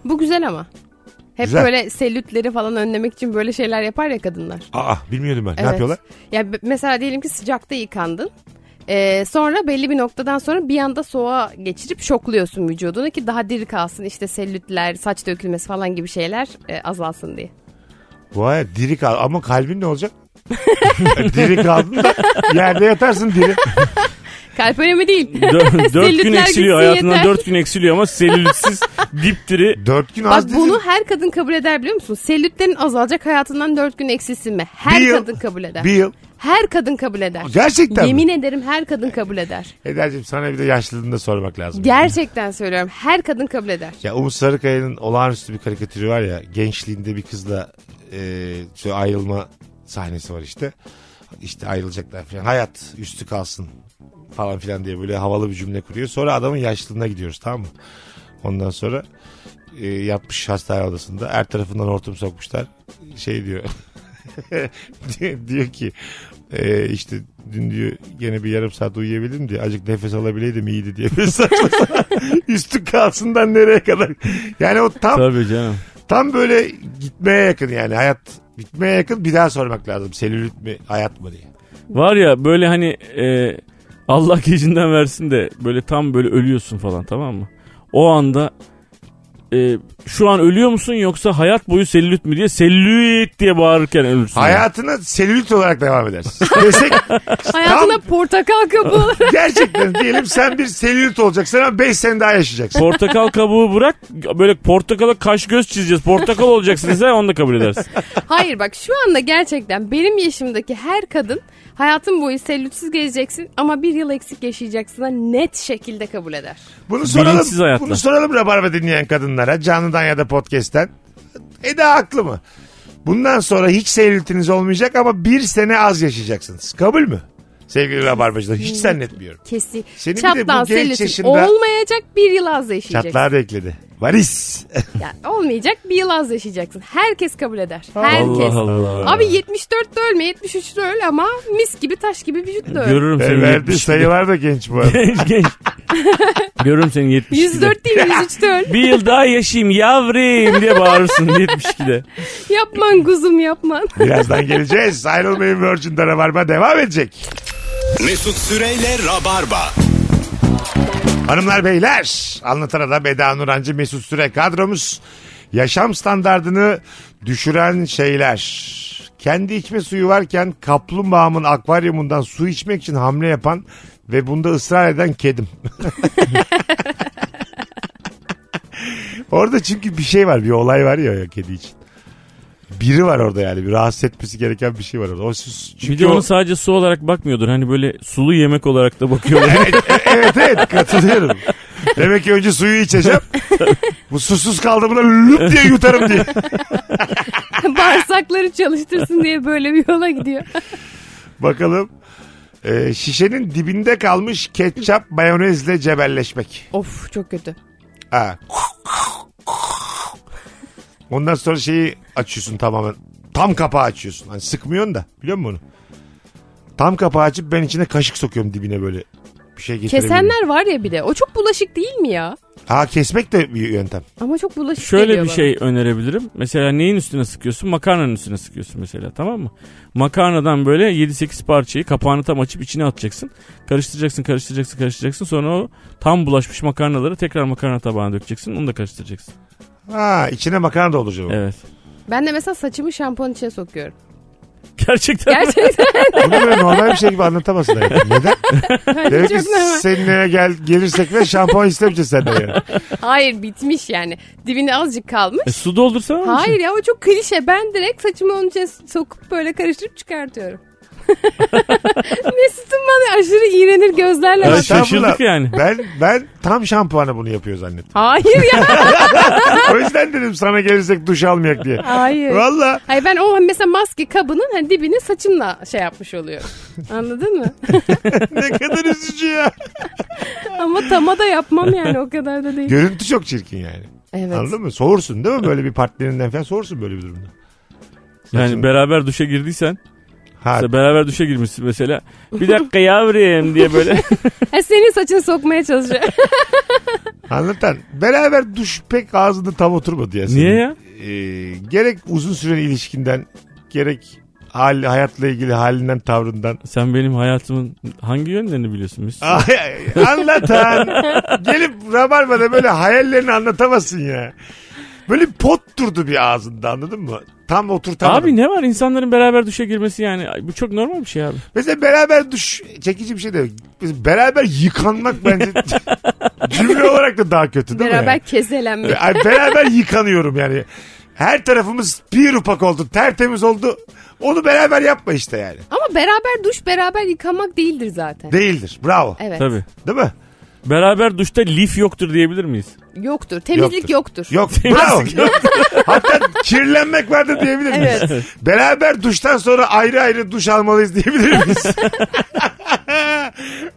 [SPEAKER 4] Bu güzel ama. Hep
[SPEAKER 3] Güzel.
[SPEAKER 4] böyle selülitleri falan önlemek için böyle şeyler yapar ya kadınlar.
[SPEAKER 3] Aa bilmiyordum ben. Ne
[SPEAKER 4] Evet.
[SPEAKER 3] yapıyorlar?
[SPEAKER 4] Ya b- mesela diyelim ki sıcakta yıkandın. Ee, sonra belli bir noktadan sonra bir anda soğuğa geçirip şokluyorsun vücudunu ki daha diri kalsın. İşte selülitler, saç dökülmesi falan gibi şeyler e, azalsın diye.
[SPEAKER 3] Vay diri kal ama kalbin ne olacak? diri kaldın da yerde yatarsın diri.
[SPEAKER 4] Kalp önemli değil.
[SPEAKER 5] Dö- dört gün
[SPEAKER 4] Selülitler
[SPEAKER 5] eksiliyor
[SPEAKER 4] gitsin
[SPEAKER 5] hayatından
[SPEAKER 4] yeter.
[SPEAKER 5] dört gün eksiliyor ama selülitsiz dipdiri
[SPEAKER 3] Dört gün az
[SPEAKER 4] Bak
[SPEAKER 3] dedin.
[SPEAKER 4] bunu her kadın kabul eder biliyor musun? Selülitlerin azalacak hayatından dört gün eksilsin mi? Her
[SPEAKER 3] Bir yıl-
[SPEAKER 4] kadın kabul eder.
[SPEAKER 3] Bir yıl.
[SPEAKER 4] Her kadın kabul eder.
[SPEAKER 3] Gerçekten
[SPEAKER 4] Yemin
[SPEAKER 3] mi?
[SPEAKER 4] ederim her kadın kabul eder.
[SPEAKER 3] Ederciğim sana bir de yaşlılığını da sormak lazım.
[SPEAKER 4] Gerçekten söylüyorum. Her kadın kabul eder.
[SPEAKER 3] Ya Umut Sarıkaya'nın olağanüstü bir karikatürü var ya gençliğinde bir kızla e, şu ayrılma sahnesi var işte. İşte ayrılacaklar falan. Hayat üstü kalsın falan filan diye böyle havalı bir cümle kuruyor. Sonra adamın yaşlılığına gidiyoruz tamam mı? Ondan sonra e, yatmış hastane odasında. Her tarafından hortum sokmuşlar. Şey diyor. diyor, diyor ki e, işte dün diyor gene bir yarım saat uyuyabildim diye azıcık nefes alabileydim iyiydi diye. Böyle saçma sapan üstü kalsından nereye kadar. Yani o tam
[SPEAKER 5] Tabii canım.
[SPEAKER 3] tam böyle gitmeye yakın yani hayat bitmeye yakın bir daha sormak lazım. Selülit mi hayat mı diye.
[SPEAKER 5] Var ya böyle hani e, Allah gecinden versin de böyle tam böyle ölüyorsun falan tamam mı? O anda e, şu an ölüyor musun yoksa hayat boyu selülit mi diye selülit diye bağırırken ölürsün.
[SPEAKER 3] Hayatına selülit olarak devam edersin. Desek
[SPEAKER 4] Hayatına portakal kabuğu.
[SPEAKER 3] gerçekten diyelim sen bir selülit olacaksın ama 5 sene daha yaşayacaksın.
[SPEAKER 5] Portakal kabuğu bırak böyle portakala kaş göz çizeceğiz. Portakal olacaksın sen onu da kabul edersin.
[SPEAKER 4] Hayır bak şu anda gerçekten benim yaşımdaki her kadın hayatın boyu sellütsiz gezeceksin ama bir yıl eksik yaşayacaksın net şekilde kabul eder.
[SPEAKER 3] Bunu soralım.
[SPEAKER 5] Bilinçsiz hayatlar.
[SPEAKER 3] Bunu soralım Rabarba dinleyen kadınlara canlıdan ya da podcast'ten. Eda haklı mı? Bundan sonra hiç selülitiniz olmayacak ama bir sene az yaşayacaksınız. Kabul mü? Sevgili Rabarbacılar hiç zannetmiyorum.
[SPEAKER 4] Kesin.
[SPEAKER 3] Senin bir de bu
[SPEAKER 4] Çatlan
[SPEAKER 3] genç
[SPEAKER 4] sellütin
[SPEAKER 3] yaşında-
[SPEAKER 4] olmayacak bir yıl az yaşayacaksın.
[SPEAKER 3] Çatlağı da ekledi. Varis.
[SPEAKER 4] Yani olmayacak bir yıl az yaşayacaksın. Herkes kabul eder. Herkes.
[SPEAKER 5] Allah Allah.
[SPEAKER 4] Abi 74 de ölme 73 de öl ama mis gibi taş gibi vücutla öl.
[SPEAKER 5] Görürüm seni.
[SPEAKER 3] E, verdiği
[SPEAKER 5] 72'de.
[SPEAKER 3] sayılar da genç bu arada.
[SPEAKER 5] Genç, genç. Görürüm seni 72'de.
[SPEAKER 4] 104 değil 103 de öl.
[SPEAKER 5] Bir yıl daha yaşayayım yavrum diye bağırırsın 72'de.
[SPEAKER 4] yapman kuzum yapman.
[SPEAKER 3] Birazdan geleceğiz. Ayrılmayın Virgin'de Rabarba devam edecek.
[SPEAKER 2] Mesut Süreyle Rabarba.
[SPEAKER 3] Hanımlar beyler anlatan adam Eda Nurancı Mesut Süre kadromuz. Yaşam standartını düşüren şeyler. Kendi içme suyu varken kaplumbağamın akvaryumundan su içmek için hamle yapan ve bunda ısrar eden kedim. Orada çünkü bir şey var bir olay var ya, ya kedi için. biri var orada yani. Bir rahatsız etmesi gereken bir şey var orada. O süs.
[SPEAKER 5] Bir
[SPEAKER 3] Çünkü
[SPEAKER 5] de
[SPEAKER 3] o-
[SPEAKER 5] onu sadece su olarak bakmıyordur. Hani böyle sulu yemek olarak da bakıyorlar.
[SPEAKER 3] E, evet evet katılıyorum. Demek ki önce suyu içeceğim. Bu susuz kaldığımda lüp diye yutarım diye.
[SPEAKER 4] Bağırsakları çalıştırsın diye böyle bir yola gidiyor.
[SPEAKER 3] Bakalım. Ee, şişenin dibinde kalmış ketçap mayonezle cebelleşmek.
[SPEAKER 4] of çok kötü.
[SPEAKER 3] Ha. Ondan sonra şeyi açıyorsun tamamen. Tam kapağı açıyorsun. Hani sıkmıyorsun da. Biliyor musun onu? Tam kapağı açıp ben içine kaşık sokuyorum dibine böyle. Bir şey getirebilirim.
[SPEAKER 4] Kesenler var ya bir de. O çok bulaşık değil mi ya?
[SPEAKER 3] Ha kesmek de bir yöntem.
[SPEAKER 4] Ama çok bulaşık
[SPEAKER 5] Şöyle
[SPEAKER 4] geliyor
[SPEAKER 5] bir
[SPEAKER 4] bana.
[SPEAKER 5] şey önerebilirim. Mesela neyin üstüne sıkıyorsun? Makarnanın üstüne sıkıyorsun mesela tamam mı? Makarnadan böyle 7-8 parçayı kapağını tam açıp içine atacaksın. Karıştıracaksın, karıştıracaksın, karıştıracaksın. Sonra o tam bulaşmış makarnaları tekrar makarna tabağına dökeceksin. Onu da karıştıracaksın.
[SPEAKER 3] Ha içine makarna dolduracağım.
[SPEAKER 5] Evet.
[SPEAKER 4] Ben de mesela saçımı şampuan içine sokuyorum.
[SPEAKER 5] Gerçekten mi?
[SPEAKER 4] Gerçekten
[SPEAKER 3] Bunu böyle normal bir şey gibi anlatamazsın. hayatım. Neden? Demek ki
[SPEAKER 4] Hani çok normal.
[SPEAKER 3] seninle gel, gelirsek ve şampuan istemeyeceğiz senden yani.
[SPEAKER 4] Hayır bitmiş yani. Dibine azıcık kalmış.
[SPEAKER 5] E, su doldursana onun için.
[SPEAKER 4] Hayır ya o çok klişe. Ben direkt saçımı onun içine sokup böyle karıştırıp çıkartıyorum. Mesut'un bana aşırı iğrenir gözlerle
[SPEAKER 5] Ya
[SPEAKER 4] bak.
[SPEAKER 5] şaşırdık
[SPEAKER 3] Estağfurullah.
[SPEAKER 5] yani.
[SPEAKER 3] Ben ben tam şampuanı bunu yapıyor zannettim.
[SPEAKER 4] Hayır ya.
[SPEAKER 3] O yüzden dedim sana gelirsek duş almayak diye.
[SPEAKER 4] Hayır.
[SPEAKER 3] Valla
[SPEAKER 4] Hayır ben o mesela maske kabının hani dibini saçımla şey yapmış oluyorum. Anladın mı?
[SPEAKER 3] ne kadar üzücü ya.
[SPEAKER 4] Ama tama da yapmam yani o kadar da değil.
[SPEAKER 3] Görüntü çok çirkin yani.
[SPEAKER 4] Evet.
[SPEAKER 3] Anladın mı? Soğursun değil mi? Böyle bir partnerinden falan soğursun böyle bir durumda.
[SPEAKER 5] Yani
[SPEAKER 3] Saçını-
[SPEAKER 5] beraber duşa girdiysen,
[SPEAKER 3] Ha,
[SPEAKER 5] mesela beraber duşa girmişsin mesela. Bir dakika yavrum diye böyle.
[SPEAKER 4] Ha, E, senin saçını sokmaya çalışıyor.
[SPEAKER 3] anlatan. Beraber duş pek ağzında tam oturmadı ya. senin.
[SPEAKER 5] Niye ya?
[SPEAKER 3] Ee, gerek uzun süren ilişkinden gerek hal, hayatla ilgili halinden tavrından.
[SPEAKER 5] Sen benim hayatımın hangi yönlerini biliyorsun? Mesut?
[SPEAKER 3] Ay, ay, anlatan. Gelip Rabarba'da böyle hayallerini anlatamazsın ya. Böyle pot durdu bir ağzında anladın mı? Tam oturtamadım.
[SPEAKER 5] Abi ne var insanların beraber duşa girmesi yani Ay, bu çok normal bir şey abi.
[SPEAKER 3] Mesela beraber duş çekici bir şey de Mesela beraber yıkanmak bence cümle olarak da daha kötü değil mi?
[SPEAKER 4] Beraber
[SPEAKER 3] yani?
[SPEAKER 4] kezelenme.
[SPEAKER 3] Ay, beraber yıkanıyorum yani. Her tarafımız bir upak oldu, tertemiz oldu. Onu beraber yapma işte yani.
[SPEAKER 4] Ama beraber duş beraber yıkamak değildir zaten.
[SPEAKER 3] Değildir. Bravo.
[SPEAKER 4] Evet.
[SPEAKER 5] Tabii.
[SPEAKER 3] Değil mi?
[SPEAKER 5] Beraber duşta lif yoktur diyebilir miyiz?
[SPEAKER 4] Yoktur. Temizlik yoktur.
[SPEAKER 3] Yok. Bravo. Hatta kirlenmek vardır diyebilir miyiz? Beraber duştan sonra ayrı ayrı duş almalıyız diyebilir miyiz?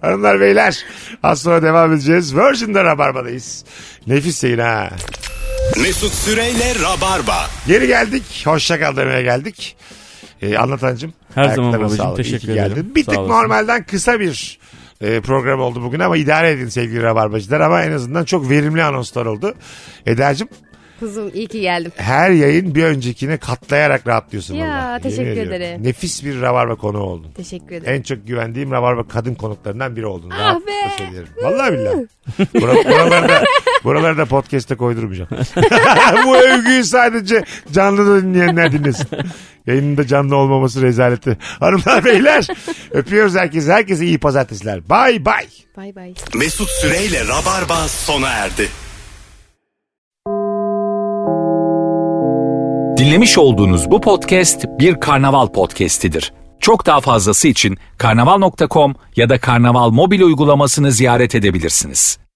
[SPEAKER 3] Hanımlar beyler az sonra devam edeceğiz. Virgin'de Rabarba'dayız. Nefis yayın ha.
[SPEAKER 2] Mesut Süreyle Rabarba.
[SPEAKER 3] Geri geldik. Hoşça kal demeye geldik. Ee, anlatancım.
[SPEAKER 5] Her zaman
[SPEAKER 3] ayaklarına
[SPEAKER 5] babacığım,
[SPEAKER 3] sağlık. İyi
[SPEAKER 5] teşekkür
[SPEAKER 3] ki geldin.
[SPEAKER 5] ederim.
[SPEAKER 3] Bir
[SPEAKER 5] Sağ
[SPEAKER 3] tık
[SPEAKER 5] olasın.
[SPEAKER 3] normalden kısa bir e, program oldu bugün ama idare edin sevgili Rabarbacılar ama en azından çok verimli anonslar oldu. Eda'cığım
[SPEAKER 4] Kızım iyi ki geldim.
[SPEAKER 3] her yayın bir öncekine katlayarak rahatlıyorsun.
[SPEAKER 4] Ya,
[SPEAKER 3] vallahi. Yemin
[SPEAKER 4] teşekkür
[SPEAKER 3] ediyorum.
[SPEAKER 4] ederim.
[SPEAKER 3] Nefis bir Rabarba konuğu oldun.
[SPEAKER 4] Teşekkür ederim.
[SPEAKER 3] En çok güvendiğim Rabarba kadın konuklarından biri oldun.
[SPEAKER 4] Ah
[SPEAKER 3] Rahatlıkla
[SPEAKER 4] be.
[SPEAKER 3] söylerim. Vallahi billahi. Bura- buralarda, buralarda podcast'e koydurmayacağım. Bu övgüyü sadece canlı da dinleyenler dinlesin. Yayınında canlı olmaması rezaleti. Hanımlar beyler öpüyoruz herkese. Herkese iyi pazartesiler. Bay bay.
[SPEAKER 4] Bay bay.
[SPEAKER 2] Mesut Süreyle Rabarba sona erdi.
[SPEAKER 1] Dinlemiş olduğunuz bu podcast bir karnaval podcastidir. Çok daha fazlası için karnaval.com ya da karnaval mobil uygulamasını ziyaret edebilirsiniz.